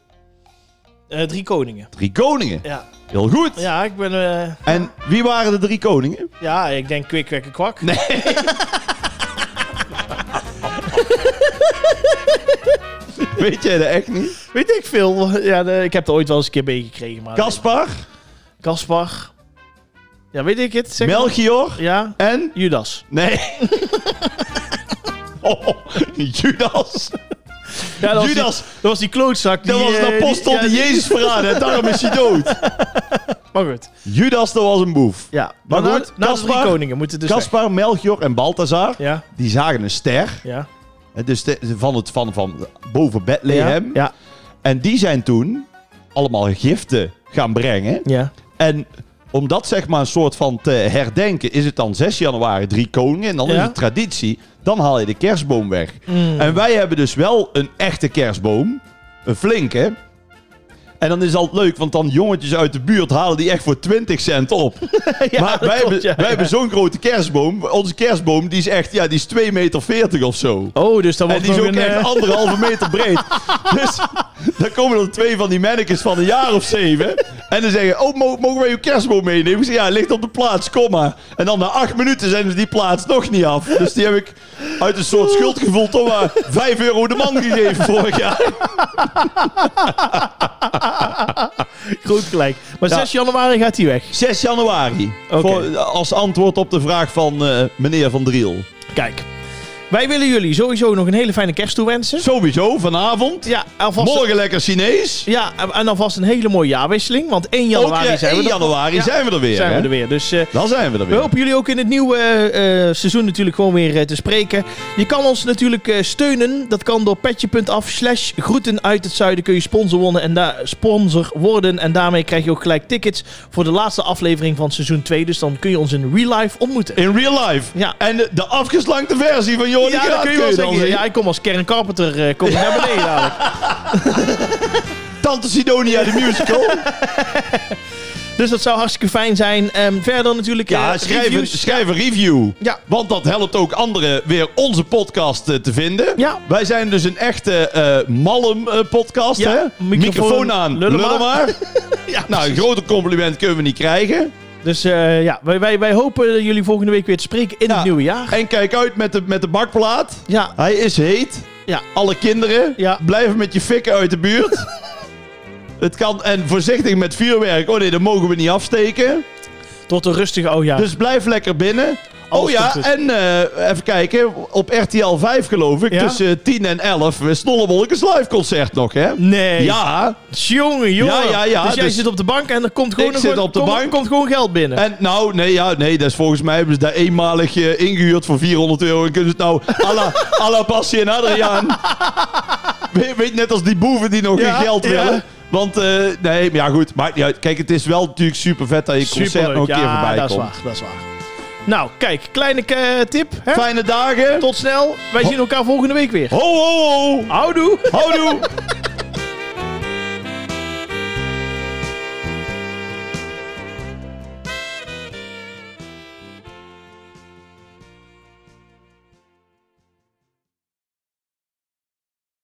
[SPEAKER 1] Eh, drie koningen.
[SPEAKER 2] Drie Koningen.
[SPEAKER 1] Ja.
[SPEAKER 2] Heel goed.
[SPEAKER 1] Ja, ik ben... eh,
[SPEAKER 2] En wie waren de Drie Koningen?
[SPEAKER 1] ja, ik denk kwik, kwek en kwak. Nee.
[SPEAKER 2] Weet jij dat echt niet?
[SPEAKER 1] Weet ik veel. Ja, de- ik heb er ooit wel eens een keer meegekregen. maar-
[SPEAKER 2] Kaspar,
[SPEAKER 1] Kaspar. Ja, weet ik het. Zeg maar.
[SPEAKER 2] Melchior
[SPEAKER 1] Ja.
[SPEAKER 2] en...
[SPEAKER 1] Judas.
[SPEAKER 2] Nee. oh, Judas.
[SPEAKER 1] Ja, dat was
[SPEAKER 2] Judas.
[SPEAKER 1] die- dat was die klootzak.
[SPEAKER 2] Dat
[SPEAKER 1] die,
[SPEAKER 2] was
[SPEAKER 1] eh,
[SPEAKER 2] een
[SPEAKER 1] die-
[SPEAKER 2] apostel
[SPEAKER 1] ja,
[SPEAKER 2] die Jezus verraadde en daarom is hij dood.
[SPEAKER 1] Maar goed.
[SPEAKER 2] Judas, dat was een boef.
[SPEAKER 1] Ja.
[SPEAKER 2] Maar
[SPEAKER 1] na-
[SPEAKER 2] goed,
[SPEAKER 1] na, de drie
[SPEAKER 2] Caspar-
[SPEAKER 1] koningen moeten dus weg.
[SPEAKER 2] Caspar, Melchior en Balthazar,
[SPEAKER 1] Ja,
[SPEAKER 2] die zagen een ster.
[SPEAKER 1] ja.
[SPEAKER 2] hè, Dus de- van, het, van, van boven Bethlehem.
[SPEAKER 1] Ja,
[SPEAKER 2] En die zijn toen allemaal giften gaan brengen.
[SPEAKER 1] ja.
[SPEAKER 2] En om dat zeg maar een soort van te herdenken, is het dan 6 januari drie koningen. En dan
[SPEAKER 1] Ja. Mm.
[SPEAKER 2] is het traditie. Dan haal je de kerstboom weg. En wij hebben dus wel een echte kerstboom. Een flinke. En dan is het altijd leuk, want dan jongetjes uit de buurt halen die echt voor 20 cent op.
[SPEAKER 1] Ja,
[SPEAKER 2] maar
[SPEAKER 1] dat
[SPEAKER 2] wij,
[SPEAKER 1] klopt,
[SPEAKER 2] hebben,
[SPEAKER 1] ja,
[SPEAKER 2] wij
[SPEAKER 1] ja.
[SPEAKER 2] hebben zo'n grote kerstboom. Onze kerstboom die is echt, ja, die is 2,40 meter of zo.
[SPEAKER 1] Oh, dus dan
[SPEAKER 2] En
[SPEAKER 1] wordt
[SPEAKER 2] die is
[SPEAKER 1] nog
[SPEAKER 2] ook
[SPEAKER 1] een...
[SPEAKER 2] echt
[SPEAKER 1] eh,
[SPEAKER 2] anderhalve meter breed. Dus dan komen er twee van die mannekes van een jaar of zeven. En dan zeggen, oh, mo- mogen wij uw kerstboom meenemen? Ik zeg, ja, ligt op de plaats, kom maar. En dan na acht minuten zijn ze die plaats nog niet af. Dus die heb ik uit een soort schuldgevoel toch maar vijf euro de man gegeven vorig jaar.
[SPEAKER 1] Groot gelijk. Maar
[SPEAKER 2] Ja.
[SPEAKER 1] 6 januari gaat hij weg.
[SPEAKER 2] 6 januari.
[SPEAKER 1] Oké.
[SPEAKER 2] Voor- als antwoord op de vraag van eh, meneer Van Driel.
[SPEAKER 1] Kijk. Wij willen jullie sowieso nog een hele fijne kerst toewensen.
[SPEAKER 2] Sowieso, vanavond.
[SPEAKER 1] Ja, alvast
[SPEAKER 2] Morgen lekker Chinees.
[SPEAKER 1] ja, en alvast een hele mooie jaarwisseling. Want 1
[SPEAKER 2] Ook
[SPEAKER 1] januari
[SPEAKER 2] eh,
[SPEAKER 1] zijn,
[SPEAKER 2] 1
[SPEAKER 1] we, er-
[SPEAKER 2] januari
[SPEAKER 1] Ja,
[SPEAKER 2] zijn we er weer.
[SPEAKER 1] zijn
[SPEAKER 2] hè?
[SPEAKER 1] we er weer. Dus eh,
[SPEAKER 2] Dan zijn we er
[SPEAKER 1] we
[SPEAKER 2] weer.
[SPEAKER 1] hopen jullie ook in het nieuwe eh, eh, seizoen natuurlijk gewoon weer eh, te spreken. Je kan ons natuurlijk eh, steunen. Dat kan door petje.af slash groeten uit het zuiden. Kun je sponsor worden, en daar sponsor worden. En daarmee krijg je ook gelijk tickets voor de laatste aflevering van seizoen 2. Dus dan kun je ons in real life ontmoeten.
[SPEAKER 2] In real life.
[SPEAKER 1] Ja.
[SPEAKER 2] En de, de afgeslankte versie van Jordi
[SPEAKER 1] Ja,
[SPEAKER 2] Graat
[SPEAKER 1] dat kun je wel
[SPEAKER 2] dan
[SPEAKER 1] zeggen.
[SPEAKER 2] zien.
[SPEAKER 1] Ja, ik kom als Karen Carpenter eh, kom ik naar beneden dadelijk.
[SPEAKER 2] Tante Sidonia, de musical.
[SPEAKER 1] Dus dat zou hartstikke fijn zijn. Ehm, verder natuurlijk
[SPEAKER 2] ja,
[SPEAKER 1] eh,
[SPEAKER 2] schrijf een,
[SPEAKER 1] reviews.
[SPEAKER 2] schrijf een review.
[SPEAKER 1] Ja.
[SPEAKER 2] Want dat helpt ook anderen weer onze podcast eh, te vinden.
[SPEAKER 1] Ja.
[SPEAKER 2] Wij zijn dus een echte eh Malm eh, podcast.
[SPEAKER 1] Ja,
[SPEAKER 2] hè?
[SPEAKER 1] microfoon,
[SPEAKER 2] aan,
[SPEAKER 1] lullen
[SPEAKER 2] lullen maar.
[SPEAKER 1] Ja,
[SPEAKER 2] nou, een groter compliment kunnen we niet krijgen.
[SPEAKER 1] Dus eh, ja, wij, wij, wij hopen jullie volgende week weer te spreken in
[SPEAKER 2] Ja.
[SPEAKER 1] het nieuwe jaar.
[SPEAKER 2] En kijk uit met de, met de bakplaat.
[SPEAKER 1] Ja,
[SPEAKER 2] Hij is heet.
[SPEAKER 1] Ja.
[SPEAKER 2] Alle kinderen.
[SPEAKER 1] Ja.
[SPEAKER 2] Blijven met je fikken uit de buurt. Het kan, en voorzichtig met vuurwerk. Oh nee, dat mogen we niet afsteken.
[SPEAKER 1] tot een rustige oh oudjaar.
[SPEAKER 2] Dus blijf lekker binnen.
[SPEAKER 1] Alles
[SPEAKER 2] oh
[SPEAKER 1] komt
[SPEAKER 2] ja,
[SPEAKER 1] goed.
[SPEAKER 2] en eh, even kijken. Op RTL 5 geloof ik,
[SPEAKER 1] Ja?
[SPEAKER 2] tussen 10 en 11. We Snollebolkens live concert nog, hè?
[SPEAKER 1] nee.
[SPEAKER 2] Ja.
[SPEAKER 1] Jongen, jongen.
[SPEAKER 2] Ja, ja, ja,
[SPEAKER 1] Dus jij
[SPEAKER 2] dus-
[SPEAKER 1] zit op de bank en er komt gewoon,
[SPEAKER 2] Ik
[SPEAKER 1] een-
[SPEAKER 2] zit op de
[SPEAKER 1] komt-
[SPEAKER 2] bank.
[SPEAKER 1] komt gewoon geld binnen.
[SPEAKER 2] En nou, nee, ja, nee, dat is volgens mij hebben ze daar eenmalig eh, ingehuurd voor 400 euro. En kunnen ze het nou à la, à la Bassie en Adriaan. weet, weet net als die boeven die nog
[SPEAKER 1] Ja,
[SPEAKER 2] geen geld
[SPEAKER 1] ja.
[SPEAKER 2] willen. Want, eh, nee, maar ja goed. Maakt niet uit. Kijk, het is wel natuurlijk super vet dat je concert
[SPEAKER 1] Superleuk.
[SPEAKER 2] nog een keer
[SPEAKER 1] ja,
[SPEAKER 2] voorbij
[SPEAKER 1] dat is
[SPEAKER 2] komt.
[SPEAKER 1] waar, dat is waar. Nou, kijk, kleine eh, tip. Hè?
[SPEAKER 2] Fijne dagen.
[SPEAKER 1] Tot snel. Wij zien elkaar volgende week weer.
[SPEAKER 2] Ho, ho, ho.
[SPEAKER 1] Houdoe.
[SPEAKER 2] Houdoe.